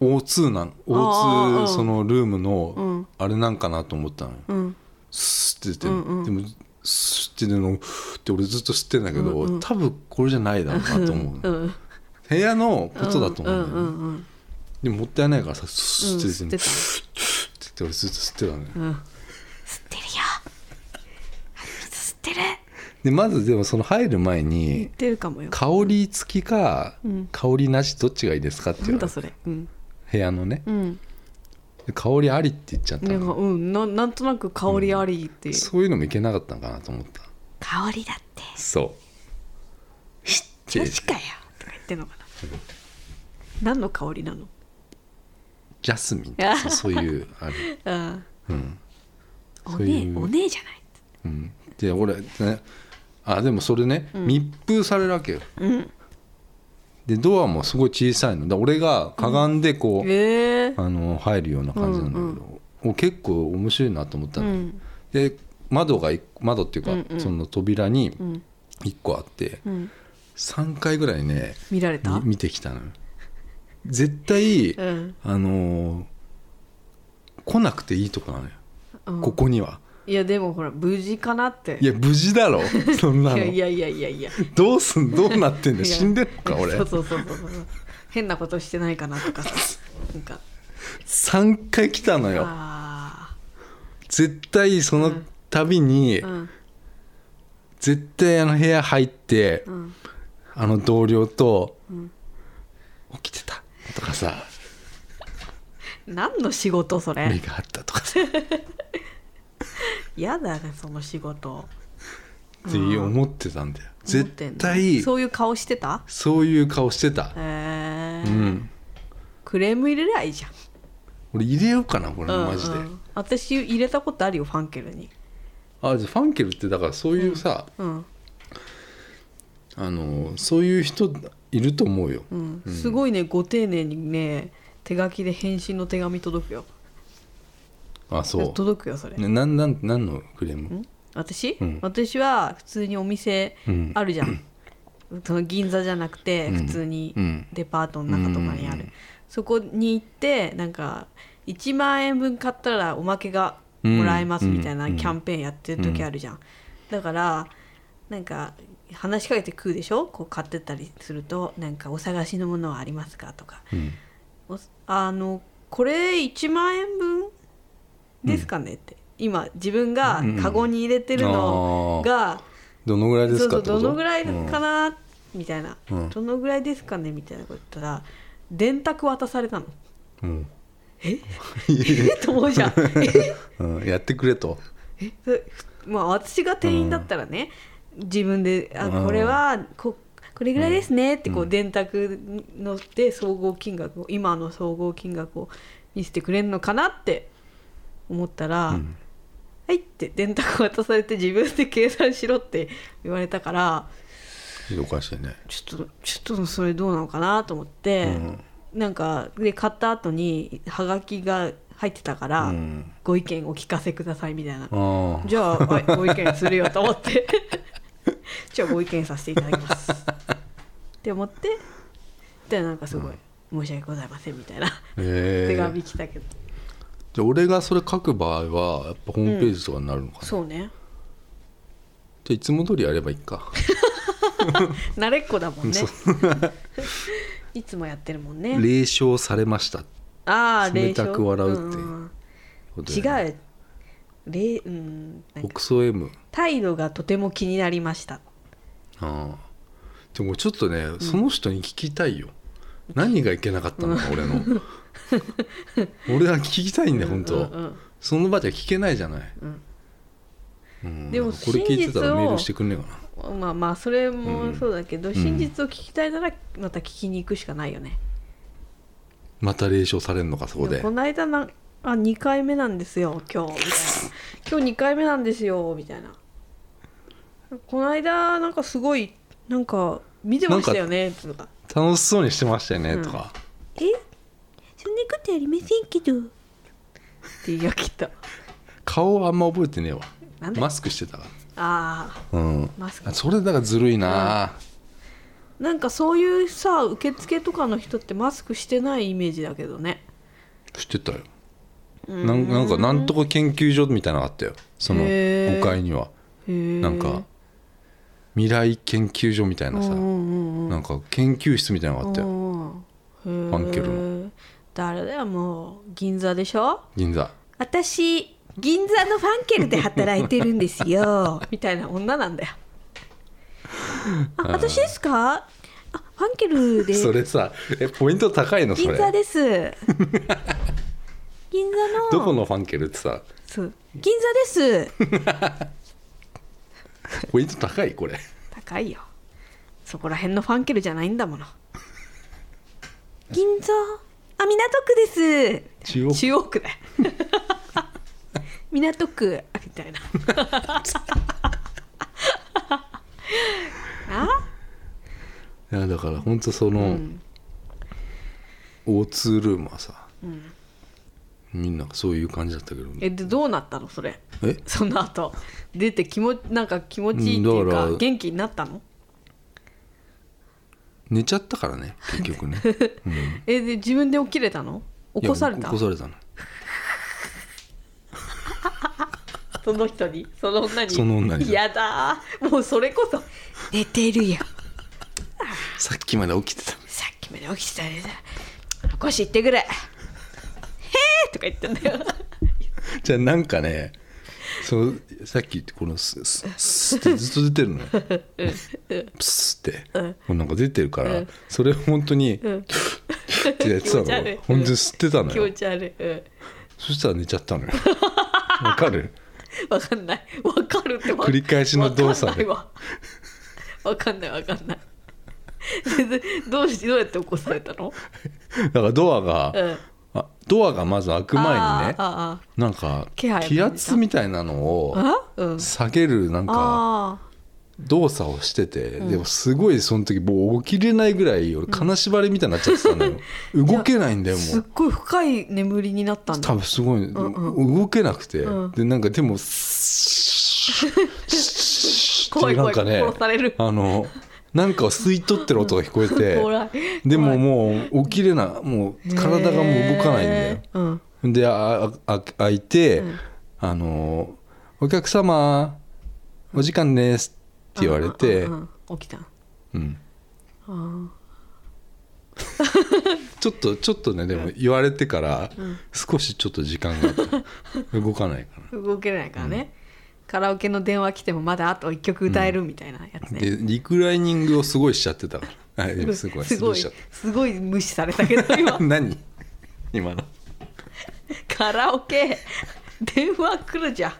O2 なんあー O2 うんそのルームうのんあれなんかなと思ったのよ、うんスーって出てる、うんうんでもスーって出るのふーって俺ずっと吸ってんだけど、多分これじゃないだろうなと 思うの、うん部屋のことだと思うのよね、うんうんでももったいないからさスーって出てるの、うん吸ふーって俺ずっと吸ってたのよ、うんうん吸ってるよ吸ってるでまずでもその入る前言っにてるかもよ香り付きかん香りなしどっちがいいですかってな言んわれだてそれうん部屋のねうんで香りありって言っちゃったなのんかうんななんとなく香りありっていう、そういうのもいけなかったのかなと思った香りだってそう知ってマるジかよとか言ってんのかな何の香りなのジャスミンってそうそういうあれあうんーおそうい姉うお姉じゃないうんで俺ねあでもそれね、密封されるわけようんでドアもすごい小さいのだ俺がかがんでこう、へえあの入るような感じなんだけど、お結構面白いなと思ったうの、んで窓が一窓っていうか、うんうんその扉にうん1個あって、うん3回ぐらいね見られたみ見てきたのよ絶対、うんあのー来なくていいとこなのよ、うんここにはいやでもほら無事かなっていや無事だ ろそんないのやいやいやいやいやどうすんどうなってんだよい や死んでんのか俺そうそうそうそうそう変なことしてないかなとかさなんか3回来たのよあ絶対その度に、あうん絶対あの部屋入って、うんあの同僚と、起きてたとかさ何の仕事そ目れがあったとかさっ嫌だねその仕事て思ってたんだよ思ってん絶の対そういう顔してたそういう顔してたへえうんクレーム入れりゃいいじゃん俺入れようかなこれうんマジで、うん私入れたことあるよファンケルにあじゃあファンケルってだからそういうさ、うんあのそういう人いると思うよ、うんすごいねご丁寧にね手書きで返信の手紙届くよあそう、届くよそれね、なんなんなんのクレーム私、うん私は普通にお店うんあるじゃん、その銀座じゃなくてうん普通にうんデパートの中とかにある、うんそこに行ってなんか1万円分買ったらおまけがもらえますみたいなうんキャンペーンやってる時あるじゃん、だからなんか話しかけて食うでしょこう買ってったりするとなんかお探しのものはありますかとかうんおあのこれ1万円分ですかねって、今自分がカゴに入れてるのが、どのぐらいですそうかそっうてこどとのぐらいかな、みたいな、うんどのぐらいですかねみたいなこと言ったら電卓渡されたのうんえっと思うじゃんえうんうんやってくれとえそれまあ私が店員だったらね、自分であうんこれはここれぐらいですねってこう電卓ので総合金額を今の総合金額を見せてくれるのかなって思ったら、うんはいって電卓渡されて自分で計算しろって言われたからおかしいねちょっとちょっとそれどうなのかなと思って、なんかで買った後にハガキが入ってたから、うんご意見お聞かせくださいみたいな、あじゃあはいご意見するよと思って じゃあご意見させていただきますって思ってでなんかすごい、申し訳ございませんみたいなあへ手え紙来たけど、じゃあ俺がそれ書く場合はやっぱホームページとかになるのかな、じゃそうねあいつも通りやればいいか慣れっこだもんねそいつもやってるもんね冷笑されましたああ冷たく笑うってんんんこと違だよねうれうんなんか北総 M 態度がとても気になりましたああでもちょっとね、その人に聞きたいよ何がいけなかったのか、俺の俺は聞きたいんだよ本当、うんうんその場じゃ聞けないじゃない、うんうんでもこれ聞いてた真実らをメールしてくんねえかなうんまあまあそれもそうだけど、ん真実を聞きたいならまた聞きに行くしかないよね、また冷笑されるのかそこででもこの間なあ2回目なんですよ今日みたい な今日2回目なんですよみたいなこの間なんかすごいなんか見てましたよねとか楽しそうにしてましたよね、とかえそんなことやりませんけどって言い飽きた顔あんま覚えてねえわなんでマスクしてたかああらうんマスクあそれだからずるいな、なんかそういうさ受付とかの人ってマスクしてないイメージだけどねしてたよなんなんかなんとか研究所みたいなのがあったよそのへえ5階にはななんか未来研究所みたいなさ、なんか研究室みたいなのがあったよ、フファンケルの誰だよもう銀座でしょ銀座私銀座のファンケルで働いてるんです よみたいな女なんだよあ私ですかあファンケル でそれさえポイント高いのそ銀れ座です 銀座のどこのファンケルってさそう銀座ですポイント高いこ れ高いよそこら辺のファンケルじゃないんだもの銀座あ港区です中央区中央区だ よ港区みたいないやだから本当その、うんオーツールームはさうんみんなそういう感じだったけどえでどうなったのそれえその後出て気持ちなんか気持ちいいっていううんかだから元気になったの寝ちゃったからね結局 ねえで自分で起きれたの起こされいやた起こされたのその人にその女にその女にやだーもうそれこそ寝てるよさっきまで起きてたさっきまで起きてたね起こし行ってくれへえとか言ってんだよ じゃあなんかねそのさっきこのスススってずっと出てるのよプスって、もうなんか出てるから、それを本当に、ってやってた気持ち悪のい本当に吸ってたの気よ、持ち悪いうんそしたら寝ちゃったのよわかるわかんないわかるってわ繰り返しの動作でわかんないわわかんないわかんないでどうしどうやって起こされたのだからドアが、うんあドアがまず開く前にねあなんか気配を感じ気た圧みたいなのーあーをあーうん下げるなんかあー動作をしてて、でもすごいその時もう起きれないぐらい俺金縛りみたいになっちゃってたのよ、動けないんだよもすっうごい深い眠りになったんだ多分すごい、動けなくて、うんでなんかでもシュッシュッ怖い怖いってなん殺さかれるねあのなんかを吸い取ってる音が聞こえて怖いでももう起きれないもう体がもう動かないんだよへ。ーうんであああ開いて、うんあの「お客様お時間です」って言われて、うんうんうん起きたあうんーちょっとちょっとねでも言われてから少しちょっと時間 があった動かないか動けないからねカラオケの電話来てもまだあと一曲歌えるみたいなやつらでねリクライニングをすごいしちゃってた からはう んいすごいすごいしちゃっすごい無視されたけど 今た何今の カラオケ電話来るじゃん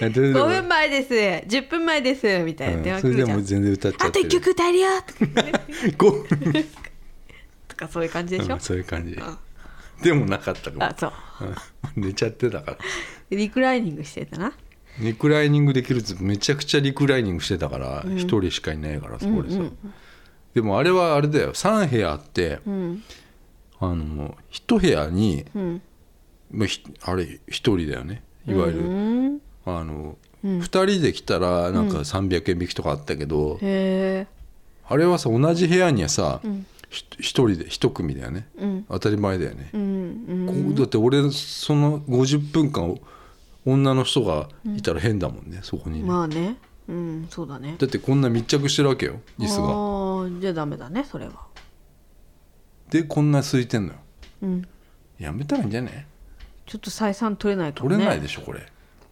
えででも5分前です10分前ですみたいな電うん話そ来れでるじゃん、も全然歌っちゃあっとて1曲歌えるよとか 5分とかそういう感じでしょ、うんそういう感じんでもなかったかもあそううん寝ちゃってたからリクライニングしてたなリクライニングできるやつめちゃくちゃリクライニングしてたから一、人しかいないからそこでさ、でもあれはあれだよ3部屋あって、うんあの1部屋に、うんまあひあれ1人だよねいわゆる、うんあの、2人で来たらなんか300円引きとかあったけど、へえあれはさ同じ部屋にはさ、ひ1人で1組だよね、うん当たり前だよねう、んこうだって俺その50分間女の人がいたら変だもんね、そこにうね、んまあねうんそうだねだってこんな密着してるわけよ椅子あがーじゃあダメだねそれはでこんな空いてんのようんやめたらいいんじゃねちょっと採算取れないかもね取れないでしょこれ、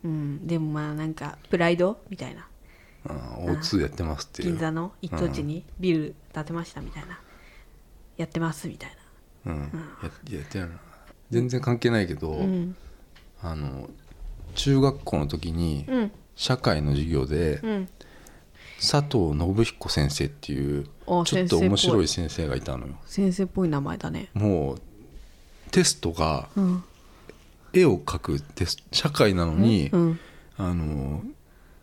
うん、でもまあなんかプライドみたいなうん、O2 やってますってい銀う、座の一等地にビル建てましたみたいなやってますみたいなうん、ややってやるな全然関係ないけど、んあの中学校の時にうん社会の授業でうん佐藤信彦先生っていうちょあっ先と生っぽい面白い先生がいたのよ先生っぽい名前だねもうテストがうん絵を描くテスト社会なのに、うんあの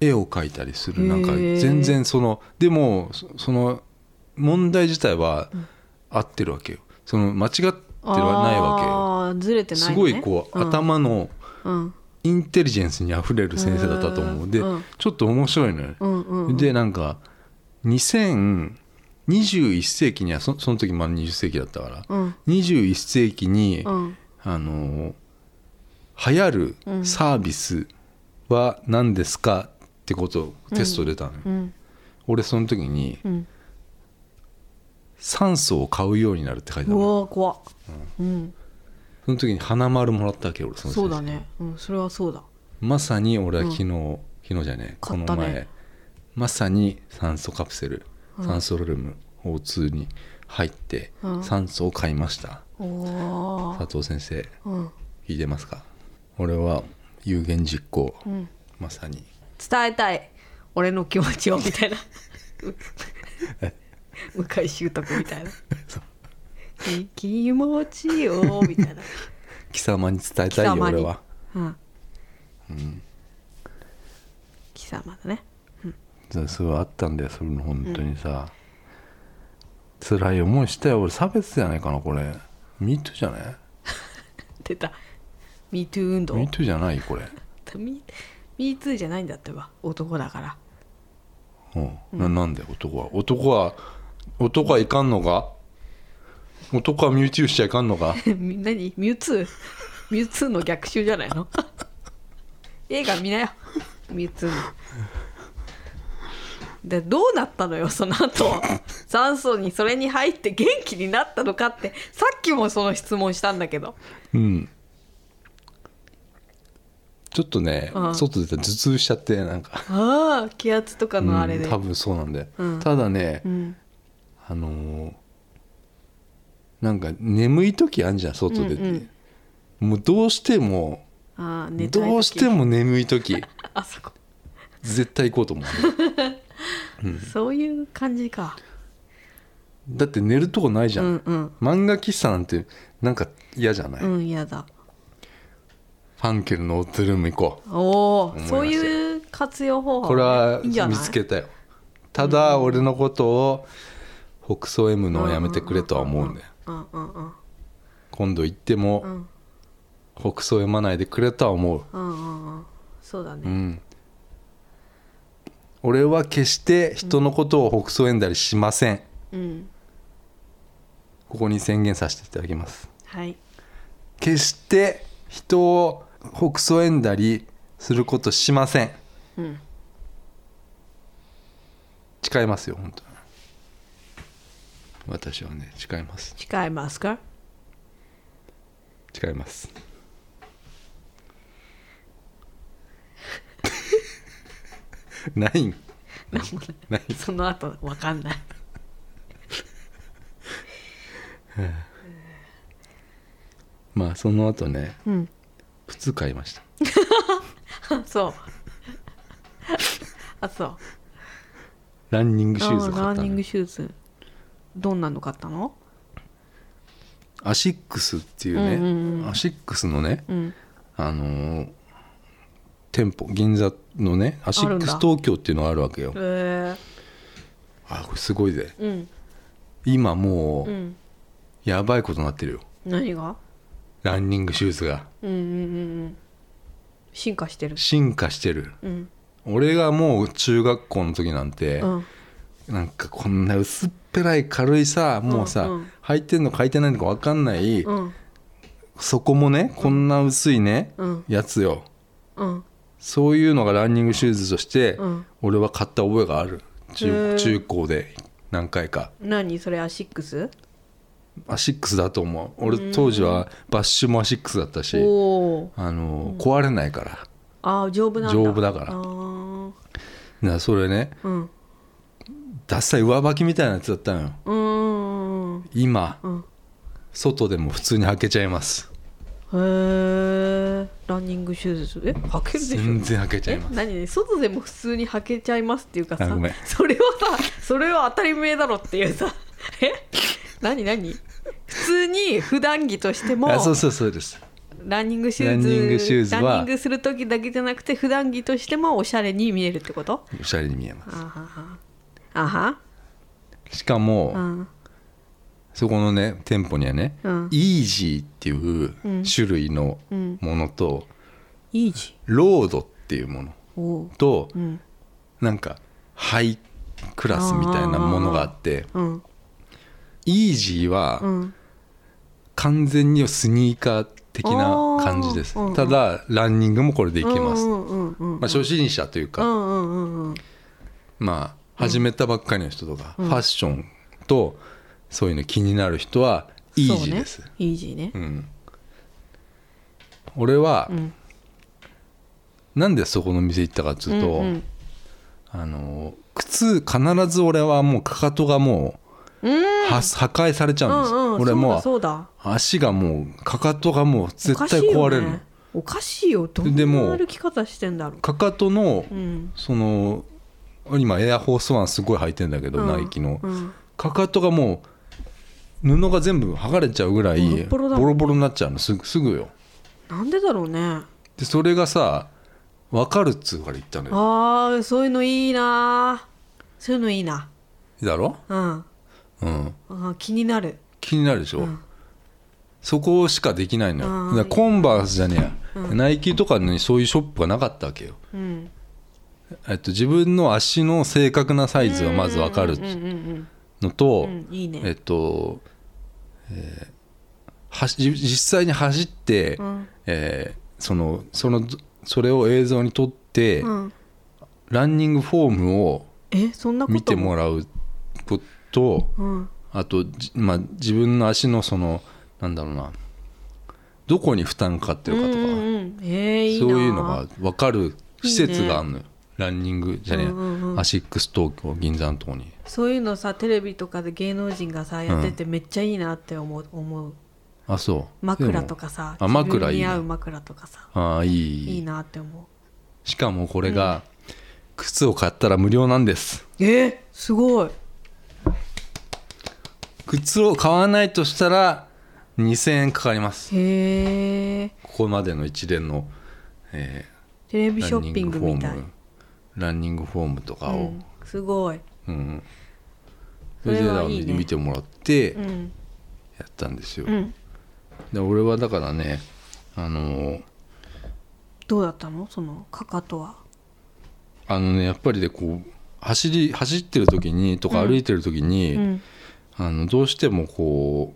絵を描いたりするへーなんか全然そのでもそその問題自体は合ってるわけよその間違ってはないわけよあーずれてないのすねごいこう、ん頭のうんインテリジェンスにあふれる先生だったと思うで、うんちょっと面白いのよ、うんうんうんでなんか2021世紀にはそその時まだ20世紀だったから、うん21世紀に、うんあの流行るサービスは何ですかってことをテスト出たのよ、うん俺その時にうん酸素を買うようになるって書いてあうるわー怖っうんその時に花丸もらったわけよ俺そのそうだ先生ねうんそれはそうだまさに俺は昨日、昨日じゃねえこ買っのたね前まさに酸素カプセル、酸素ルーム O2 に入って、うん酸素を買いましたおお佐藤先生うん聞いてますか俺は有言実行、んまさに伝えたい俺の気持ちをみたい な向井秀徳みた いな「気持ちを」みたいな、貴様に伝えたいよ貴様に俺は うん貴様だねそうあったんだよそれの本当にさ、辛い思いしたよ俺差別じゃないかなこれミートじゃない出た「MeToo 運動ミー」トじゃないこれ「Me- MeToo」じゃないんだってば男だからうん、ななんで男は男は男はいかんのか男はミューチューしちゃいかんのか み何ミュウツーミュウツーの逆襲じゃないの 映画見なよミュウツーのでどうなったのよその後酸素にそれに入って元気になったのかってさっきもその質問したんだけどうんちょっとね、うん外出たら頭痛しちゃってなんか、ああ気圧とかのあれで、うん多分そうなんで、うんただね、うんあのーなんか眠い時あんじゃん外出て、うんもうどうしてもああ寝たい時どうしても眠い 時あそこ絶対行こうと思うそういう感じかだって寝るとこないじうゃん、んうん漫画喫茶なんてなんか嫌じゃない、うんやだファンケルのオートルーム行こお思いおましたそういう活用方う法これはいいんじゃない見つけたよただ俺のことを北総 M のをやめてくれとは思うんだようんうんうん今度行ってうもん北総 M まないでくれとは思ううんうんうんそうだうね、ん俺は決して人のことを北総縁だりしませんうん、ここに宣言させていただきますはい決して人を北総縁だりすることしませんうん誓いますよ本当に私はね誓います誓いますか誓いますないんない その後わかんないまあその後ねうん靴買いました そう あそうランニングシューズをあ買ラっンたニンのグシューズどんなの買ったのアシックスっていうね、うんうんうんアシックスのねうんあのー店舗銀座のねアシックス東京っていうのがあるわけよえー、あこれすごいぜうん今もううんやばいことになってるよ何がランニングシューズがうんうんうんうん進化してる進化してるうん俺がもう中学校の時なんて、うんなんかこんな薄っぺらい軽いさもうさ、うんうん履いてんのか履いてないのか分かんない、うんそこもねこんな薄いね、うんやつようんそういうのがランニングシューズとして、うん俺は買った覚えがあるへ中ー中高で何回か何それアシックスアシックスだと思う俺当時はバッシュもアシックスだったし、おおあの壊れないからだかあー丈夫なんだ丈夫だからあーらそれねうんダッサい上履きみたいなやつだったのようーん今、うん外でも普通に履けちゃいますへえランニングシューズえ履けるでしょ全然履けちゃいえます何外でも普通に履けちゃいますっていうかあさごめんそれはさそれは当たり前だろっていうさ え何何普通に普段着としてもあそうそうそうですランニングシュラーンズニングシューズはランニングする時だけじゃなくて普段着としてもおしゃれに見えるってことおしゃれに見えまあははあはすしかも、うんそこのね店舗にはね、うんイージーっていう種類のうんものと、イージロードっていうものーおうと、うんなんかハイクラスみたいなものがあってうんイージーはうん完全にスニーカー的な感じです、あーうんうんただランニングもこれでいけます、うんうんうんうんまあ、初心者といううか、んうんうんうんまあ始めたばっかりの人とか、ファッションとそういうの気になる人はイージーですそうね、イージーねうん、俺は、んなんでそこの店行ったかっつうと、うんあの靴必ず俺はもうかかとがもう、うんは破壊されちゃううんですよ、んうん俺もうそうだ足がもうかかとがもうそう絶だ対壊れるの、おかしいよ,、ね、おかしいよでどんもな歩き方してんだろかかとの、ううんその今エアフォースワンすごい履いてんだけど、うんナイキの、うんかかとがもう布が全部剥がれちゃうぐらいボボロボロだロもんボロになっちゃうのすぐすぐよなんでだろうねでそれがさ分かるっつうから言ったのよあーそういうのいいなそういうのいいなだろうんうん、あー気になる気になるでしょ、うんそこしかできないのあよーだからコンバースじゃねえや、うナイキとかにそういうショップがなかったわけようんえっと自分の足の正確なサイズがまず分かるうんうんのと、うんうんうんいいねえっと、えーはし実際に走って、うんえーそのそのそれを映像に撮って、うんランニングフォームをえそんなこと見てもらうことうんあと、じまあ、自分の足のそのなんだろうなどこに負担かかってるかとか、うんうんうんえー、いいなそういうのが分かる施設があるのよランニングじゃねえや、うんうんうんアシックス東京銀座のとこにそういうのさテレビとかで芸能人がさやっててめっちゃいいなって思う思うあそう枕とかでさあ枕自分いいにね合う枕とかさもああいいいいなって思しかもこれが、靴を買ったら無料なんですうえー、すごい靴を買わないとしたら2000円かかりますへえここまでの一連の、えテレービショッピングみたいランニングフォームランニングフォームとかうを、ん、すごい、うんそそれれではいだいねから見てもらってうんやったんですよ、うん、で俺はだからねあのーどうだったのそのかかとはあのねやっぱりでこう走り走ってる時にとか歩いてる時に、うんあのどうしてもこ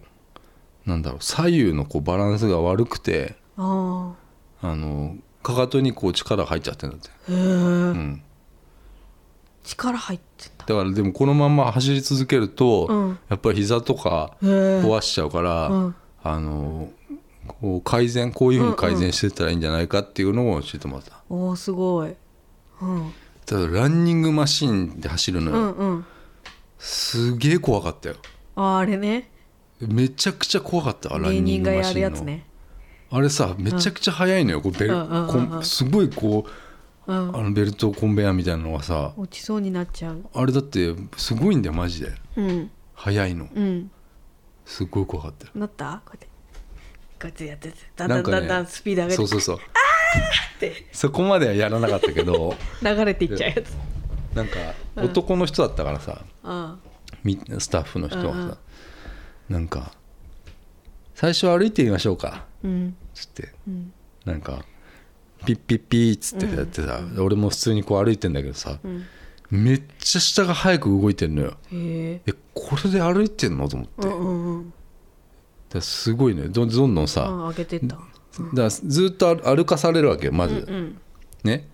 うなんだろう左右のこうバランスが悪くてああのかかとにこう力が入っちゃってんだって、あへえうん、力入ってただからでもこのまま走り続けると、うんやっぱり膝とかへえ壊しちゃうから、うんあのこう改善こういうふうに改善してったらいいんじゃないかっていうのを教えてもらった、おーすごい、うん、ただランニングマシンで走るうのよ、んうんすげえ怖かったよあーあれねめちゃくちゃ怖かったわラ芸ンニ人ングがマやシるンのやつねあれさめちゃくちゃ速いのよ、こうベルうんうんうんうんこんすごいこううんあのベルトコンベヤーみたいなのがさ落ちそうになっちゃうあれだってすごいんだよマジでうん速いのうんすっごい怖かったよなったこうやってこうやってやっててだんだなんんかだねんだんスピード上げてそうそうそうそこまではやらなかったけど流れていっちゃうやつなんか男の人だったからさあみスタッフの人がうんうさなんか「最初歩いてみましょうかーうん」つってうんなんかピッピッピーっつってやってさ俺も普通にこう歩いてんだけどさうんめっちゃ下が早く動いてんのよへええこれで歩いてんのと思ってだうんかうんうんらすごいねどんどんどんあさ上げてっだたからずっと歩歩かされるわけよまうんず、うんね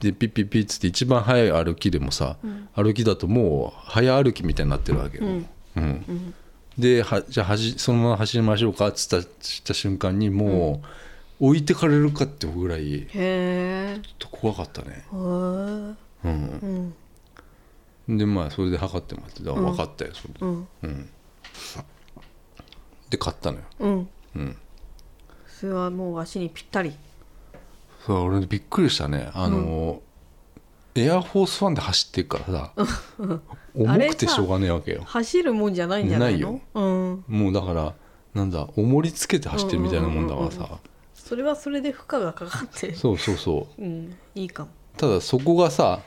でピッピッピッつって一番速い歩きでもさ、うん歩きだともう早歩きみたいになってるわけよ、うんうんうんではじゃあ走そのまま走りましょうかっつったした瞬間にもう置いてかれるかってぐらいへえちょっと怖かったね、へーうんうんでまあそれで測ってもらってだから分かったよ、それでうんで買ったのようんうんそれはもう足にぴったりそう俺びっくりしたねあの、エアフォースワンで走ってるからさあれ重さくてしょうがねえわけよ走るもんじゃないんじゃないのないようんもうだからなんだ重りつけて走ってるみたいなもんだからうんうんさそれはそれで負荷がかかってるそうそうそうんいいかもうただそこがさ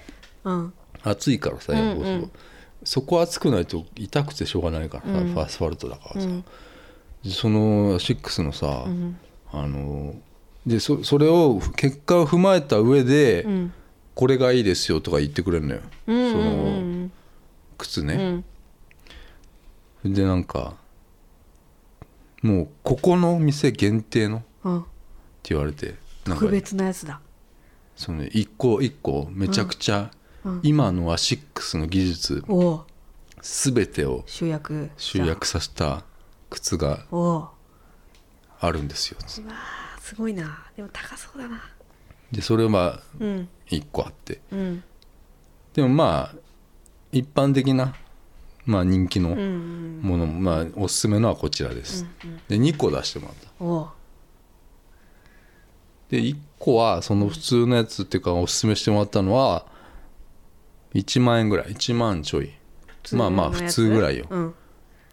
うん暑いからさエアフォースワンうんうんそこ暑くないと痛くてしょうがないからさ、うんアスファルトだからうさ、んその6のさ、うんあのでそそれを結果を踏まえた上で、うんこれがいいですよとか言ってくれるのよ、うんうんそのうん靴うね、んでなんかもうここの店限定のってうん言われてなんか特別なやつだその一個一個めちゃくちゃ、うん今のアシックスの技術おお全てを集約集約させた靴がおおあるんですようわーすごいなでも高そうだなでそれはまあうん一個あってうんでもまあ一般的な、まあ、人気うんうのんもの、まあ、おすすめのはこちらです、で2個出してもらったおおで1個はその普通のやつっていうかおすすめしてもらったのは1万円ぐらい1万ちょいまあまあ普通ぐらいようん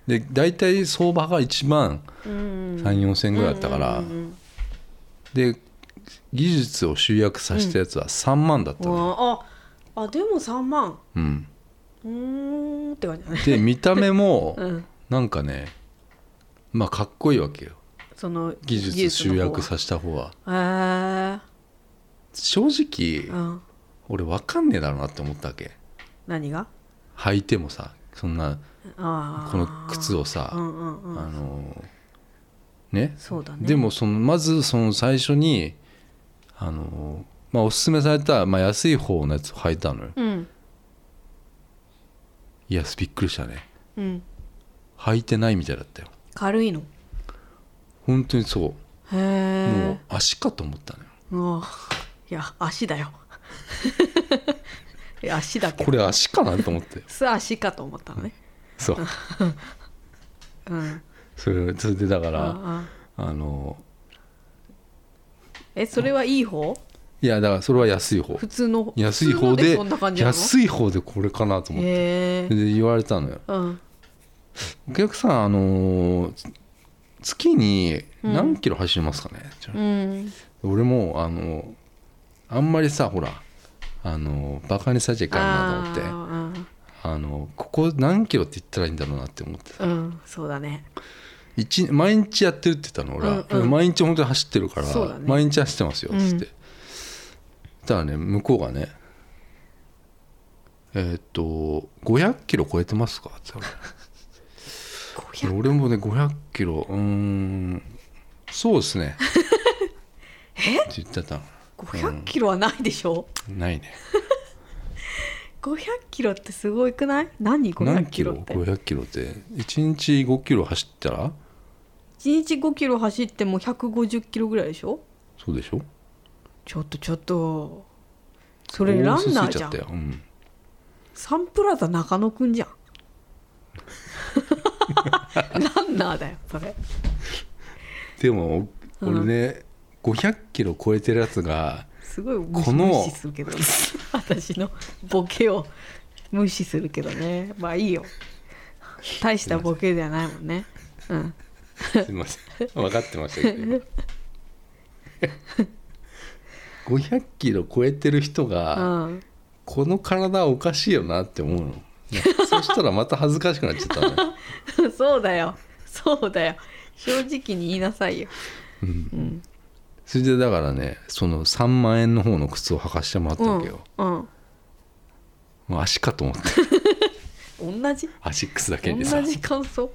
で大体相場が1万うん3 4千円ぐらいだったから、うんうんで技術を集約させたやつは3万だったうんのよおーああでも3万うん、うーんって感じだねで見た目もうんなんかねまあかっこいいわけよその技術集約させた方はへえ正直うん俺わかんねえだろうなって思ったわけ何が履いてもさそんなああこの靴ををうさんうんあうんのねそうだねでもそのまずその最初にあのまあおすすめされた、まあ、安い方のやつ履いたのようんいやびっくりしたねうん履いてないみたいだったよ軽いの本当にそへうもうえ足かと思ったのよもういや足だよ いや足だけこどれ足かなと思ってす足かと思ったのね そううんそれそれでだかあら、ああのえそれはいい方いやだからそれは安い方普通の安い方で普通のそんな感じなの安い方でこれかなと思って、へえで言われたのようんお客さんあのーつ月に何キロ走りますかね、うん俺もあのーあんまりさほらあのーバカにされちゃいかんなと思って思ってあのーここ何キロって言ったらいいんだろうなって思ってさうんそうだね一毎日やってるって言ったの俺は、うんうん毎日本当に走ってるから、そうだね毎日走ってますよっつって、うんただね向こうがねえーっと500キロ超えてますかって言った500の俺もね500キロうーんそうです ねえって言ってたの500キロはないでしょ、ないね500キロってすごいくない何何500キキロロって1 500キロって1日5キロ走ったら日5キロ走っても150キロぐらいでしょそうでしょちょっとちょっとそこれランナーじゃんよ、うん、サンプラザ中野くんじゃんランナーだよそれでも俺ね、500キロ超えてるやつがすごい無視この無視するけどね私のボケを無視するけどねまあいいよ大したボケではないもんねうんすみません分かってましたけど今 500キロ超えてる人うが、んこの体はおかしいよなって思うのそしたらまた恥ずかしくなっちゃったね、 そうだよそうだよ正直に言いなさいようん、うんそれでだからねその3万円の方の靴を履かしてもらったわけよ、うん、もう足かと思ってうん、同じアシックスだけにさ同じ感想、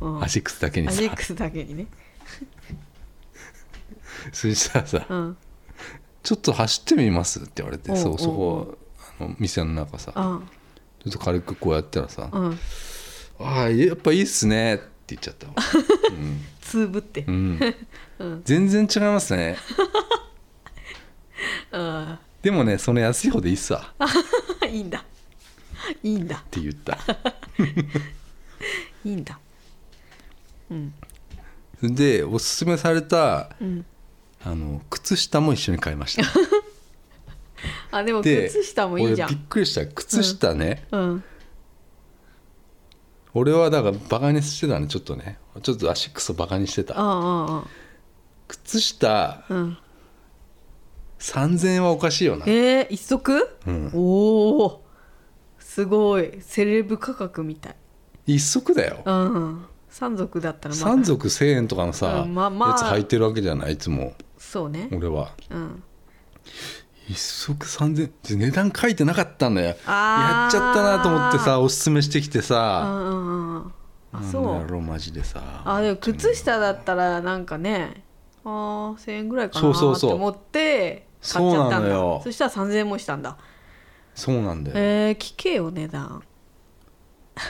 うん、アシックスだけにアさジックスだけにねそしたらさうん「ちょっと走ってみます」って言われておうそおううそこあの店の中さうんちょっと軽くこうやったらさ「うんああやっぱいいっすね」って言っちゃったわうんつぶってう、ん うん全然違いますねうん、でもねその安い方でいいっすわっいいん だいいんだて言ったいいんだうんでおすすめされたうんあの靴下も一緒に買いました あでもで靴下もいいじゃ俺びんっくりした靴下ね、うん俺はだからバカにしてたねちょっとねちょっとアシックスをバカにしてうたんうん靴下うんうん3000円はおかしいよなえー、一足、うんおおすごいセレブ価格みたい一足だようん三足だったらまだ3足1000円とかのさ、うんまあまあやつ履いてるわけじゃないいつもそうね俺はうん一足3000円値段書いてなかったんだよやっちあゃーったなと思ってさおすすめしてきてうんさ、うんうんあなんそだうろうマジでさあでも靴下だったらなんかねあー1000円ぐらいかなそうそうってそう思って買っちゃったそうなんのだよそしたら3000円もしたんだそうなんだよ、えー、聞けよ値段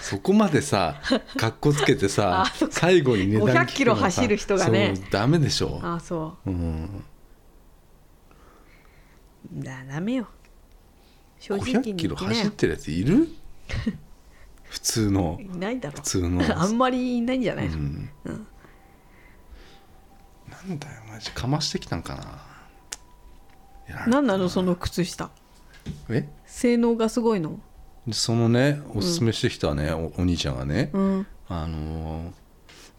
そこまでさかっこつけてさ あそっか最後に値段500キロ走る人がねそうダメでしょあーそうんうだダメよ正直に500キロ走ってるやついる普通のいないだろ 普通のあんまりいないんじゃない、うんなんだよマジかましてきたんかなやられたなんなのその靴下え性能がすごいのそのねおすすめしてきたね、おお兄ちゃんがね、うんあのー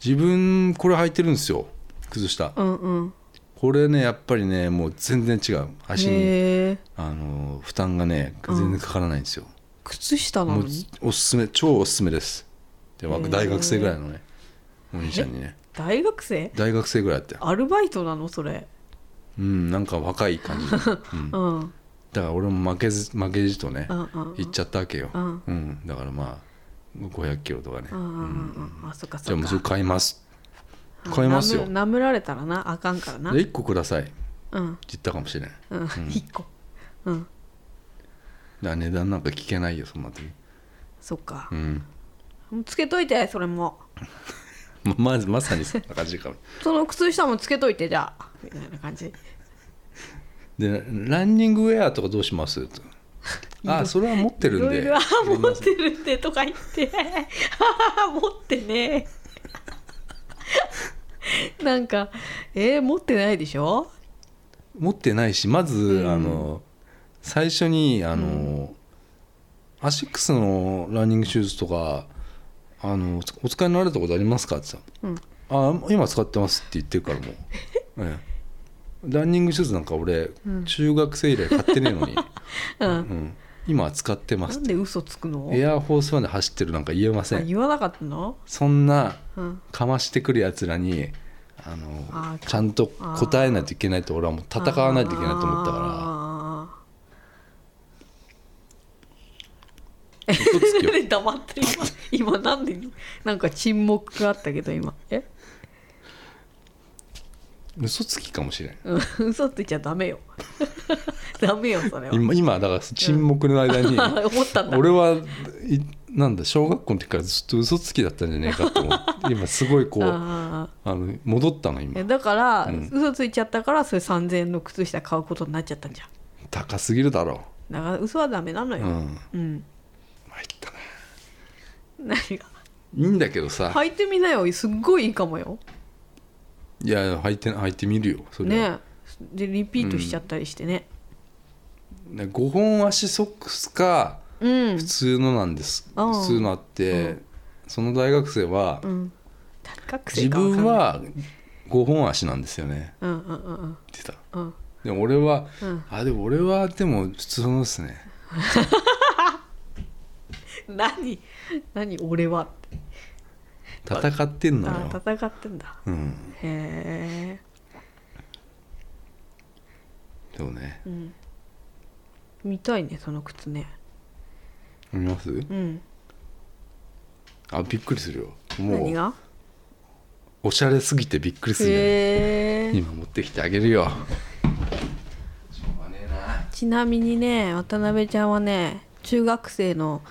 自分これ履いてるんですよ崩したうんうんこれねやっぱりねもう全然違う足にへえあのー負担がね全然かからないんですよ、靴下なものうにおすすめ超おすすめですでわへー大学生ぐらいのねお兄ちゃんにね大学生大学生ぐらいだったよアルバイトなのそれうんなんか若い 感じ、うんうだからんうん俺も負けず負けじとねうんうん行っちゃったわけよ、うんうん、だからまあ500キロとかね、うんうんうんあそっかじゃそあっもうそれか買いますあ買いますよなむなむられたらなあかんからなで1個くださいってうん言ったかもしれないうん1個うんだから値段なんか聞けないよそんな時そっかうんつけといてそれもままずまさにそ んな感じかもその靴下もつけといてじゃあみたいな感じでランニングウェアとかどうしますとあそれは持っているんろでいろあ持ってるんでとか言って あ持ってね なんかえー、持ってないでしょ持ってないしまず、んあの最初にあの、アシックスのランニングシューズとかあのお使いになられたことありますかってさ、うんあ今使ってますって言ってるからも う、ええランニングシューズなんか俺、中学生以来買ってねえ のに、うんうん、今使ってまなすんで嘘つくのエアフォースワンで走ってるなんか言えませあん言わなかったのそんなうんかましてくるやつらにああのーちゃんと答えないといけないと俺はもう戦わないといけないと思ったから。か嘘つきよ らなんで 黙ってる今今なんでなんか沈黙があったけど今え 嘘つきかもしれんうん嘘ついちゃダメよ ダメよそれは今今だから沈黙の間に 思ったんだ俺はいなんだ小学校の時からずっと嘘つきだったんじゃねえかって思う今すごいこうあああの戻ったの今えだから、うん嘘ついちゃったからそれ3000円の靴下買うことになっちゃったんじゃん高すぎるだろだから嘘はダメなのううよんうん、参ったな何いがいんだけどさ、履いてみなよすっごいいいかもよい、や履いて履いてみるよそれは、ねでリピートしちゃったりしてねね5本足ソックスかうん普通のなんです、うん普通のあって、うその大学生はうん高く自せかわかんない分は5本足なんですよねうんうんうんうんって言ってたうんでも俺は、うんあでも俺はでも普通のですね何 何俺はって戦ってんのあよ、戦ってんだうん、へえそうねうん見たいねその靴ね見ますうんあびっくりするよ何もうがおしゃれすぎてびっくりするよ、へえ今持ってきてあげるよしょうがねえなちなみにね渡辺ちゃんはね中学生の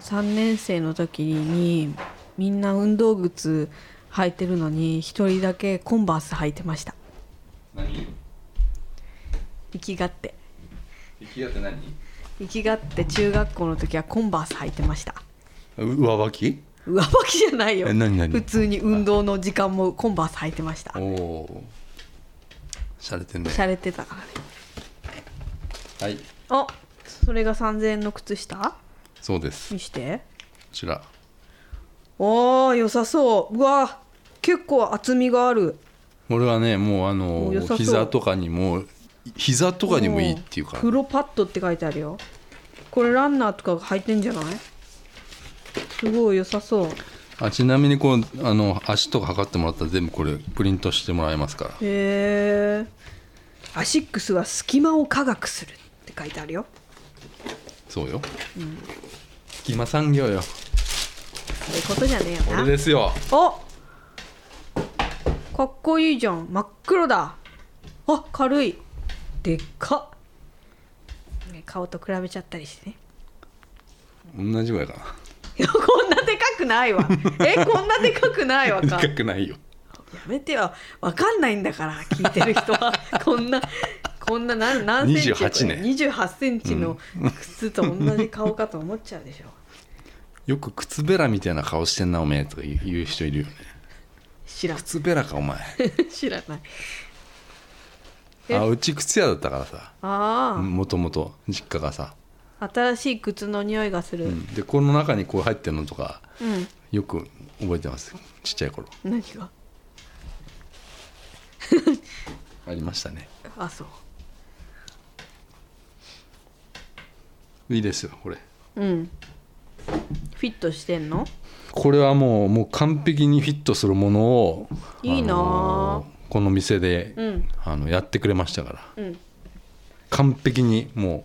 3年生の時にみんな運動靴履いてるのに一人だけコンバース履いてました何行きがって生きって何行きがって中学校の時はコンバース履いてました上履き上履きじゃないよえ何何普通に運動の時間もコンバース履いてましたおおしゃれてんね洒落てたからねはいあそれが3000円の靴下そうですこ見してちらおー良さそううわ結構厚みがある俺はねもうあのお良さそう膝とかにも膝とかにもいいっていうからプロパッドって書いてあるよこれランナーとかが履いてんじゃないすごい良さそうあちなみにこうあの足とか測ってもらったら全部これプリントしてもらえますからへえアシックスは隙間を科学するって書いてあるよそうよ、隙間産業よそういうことじゃねえこよれなですよおかっこいいじゃん真っ黒だあ軽いでっかっね顔と比べちゃったりしてね 同じぐらいかないやこんなでかくないわえこんなでかくない わでかかくないよやめてよわかんないんだから聞いてる人は こんなこんな何何センチ28ね28センチの靴と同じ顔かと思っちゃうでしょよく靴べらみたいな顔してんなおめえとか言う言う人いるよね知らん 靴べらかお前知らないえあうち靴屋だったからさあもともと実家がさ、あ新しい靴の匂いがする、ううんんでこの中にこう入ってるのとかよく覚えてますちっちゃい頃何がありましたねあそういいですよこれうんフィットしてんのこれはもうもう完璧にフィットするものをいいなああのーこの店で、うんあのやってくれましたからうん完璧にも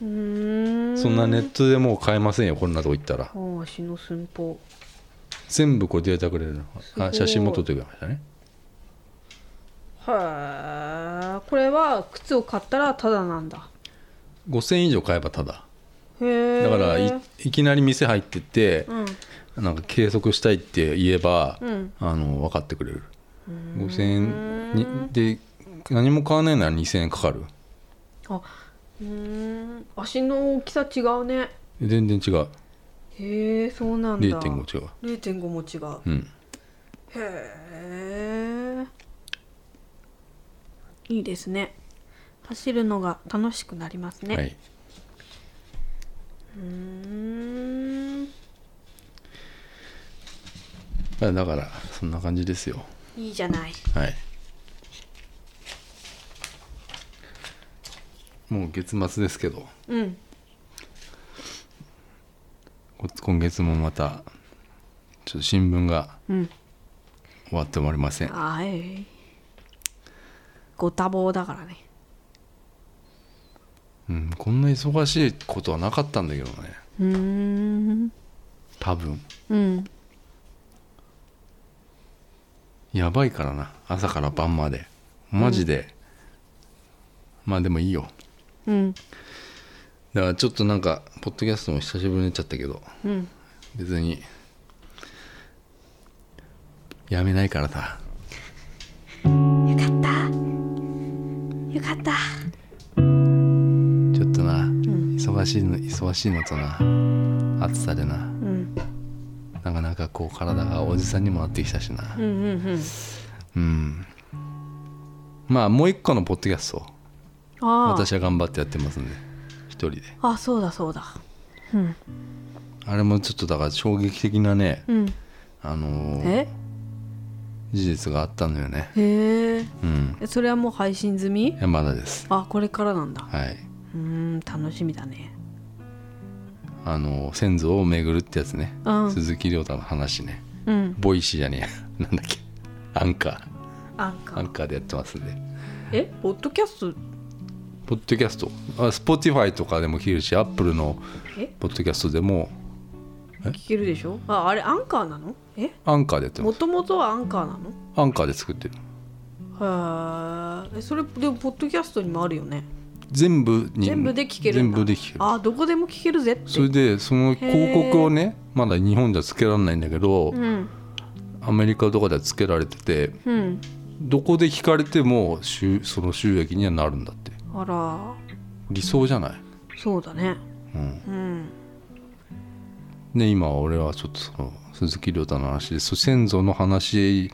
うーうんそんなネットでもう買えませんよこんなとこ行ったらああ足の寸法全部こうデータくれるのごいあ写真も撮ってくれましたねはあこれは靴を買ったらタダなんだ5000円以上買えばただへえだからいいきなり店入っててうんなんか計測したいって言えば、うんあの分かってくれる5000円にで何も買わないなら2000円かかるあうーん足の大きさ違うね全然違うへえそうなんだ0.5違う0.5も違ううんへえいいですね走るのが楽しくなりますね、はい、うーんあだからそんな感じですよいいじゃないはいもう月末ですけどうんこ今月もまたちょっと新聞がうん終わっておりませんあいご多忙だからねうんこんな忙しいことはなかったんだけどねうーん多分うんやばいからな朝から晩までマジで、まあでもいいようんだからちょっとなんかポッドキャストも久しぶりになっちゃったけどうん別にやめないからさよかったよかったちょっとな、忙しいの忙しいのとな暑さでなうんなかなかこう体がおじさんにもなってきたしなうんうんうんうんまあもう一個のポッドキャストをああ私は頑張ってやってますんで一人であそうだそうだうんあれもちょっとだから衝撃的なねうんあのーえ事実があったのよねへえうんえそれはもう配信済みいやまだですあこれからなんだはいうーん楽しみだねあのー先祖を巡るってやつね、うん鈴木亮太の話ねうんボイシーじゃねえや なんだっけアンカアンーカアーンカーでやってますんでえポッドキャストポッドキャストあ Spotify とかでも聞けるしアップルのえポッドキャストでも聞けるでしょああれアンカーなのえアンカーでやってまもすともとはアンカーなのアンカーで作ってるへーえそれでもポッドキャストにもあるよね全部に全部で聞ける全んだ部で聞けるあどこでも聞けるぜってそれでその広告をねまだ日本じゃつけられないんだけど、うんアメリカとかではつけられててうんどこで聞かれても収その収益にはなるんだってあら理想じゃない、そうだねうん、うんで今俺はちょっとその鈴木亮太の話でそ先祖の話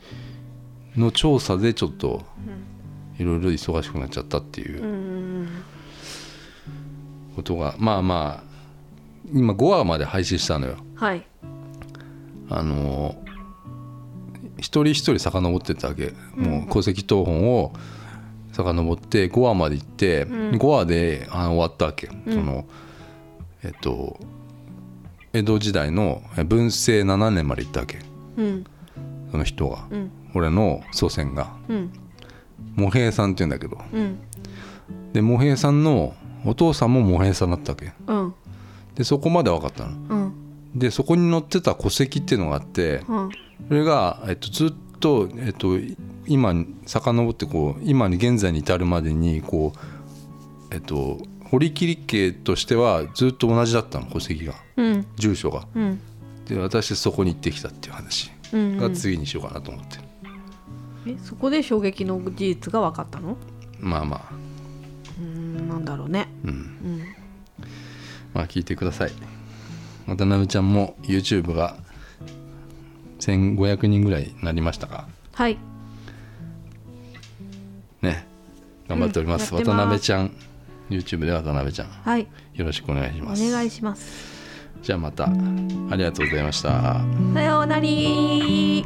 の調査でちょっといろいろ忙しくなっちゃったっていううんことが、まあまあ今5話まで配信したのよはいあの一人一人遡ってったわけ、もう戸籍謄本を遡って5話まで行って、うん5話であの終わったわけ、んそのえっと江戸時代のえ文政7年まで行ったわけうんその人が、うん俺の祖先がうん茂平さんって言うんだけどうんで茂平さんのお父さんも茂平さんだったわけうんでそこまで分かったのうんでそこに載ってた戸籍っていうのがあって、うんそれが、えっと、ずっと、えっと、い今に遡ってこう今に現在に至るまでにこう、えっと、堀切家としてはずっと同じだったの戸籍がうん住所が。うんで私そこに行ってきたっていう話うんが次にしようかなと思って、えそこで衝撃の事実が分かったのまあまあ、うーんなんだろうねうん、うんまあ聞いてください渡辺ちゃんも YouTube が1500人ぐらいになりましたかはいね頑張っております,、うんやって渡ます辺ちゃん YouTube で渡辺ちゃんはいよろしくお願いしおます願いしますじゃあまたありがとうございました。さようなり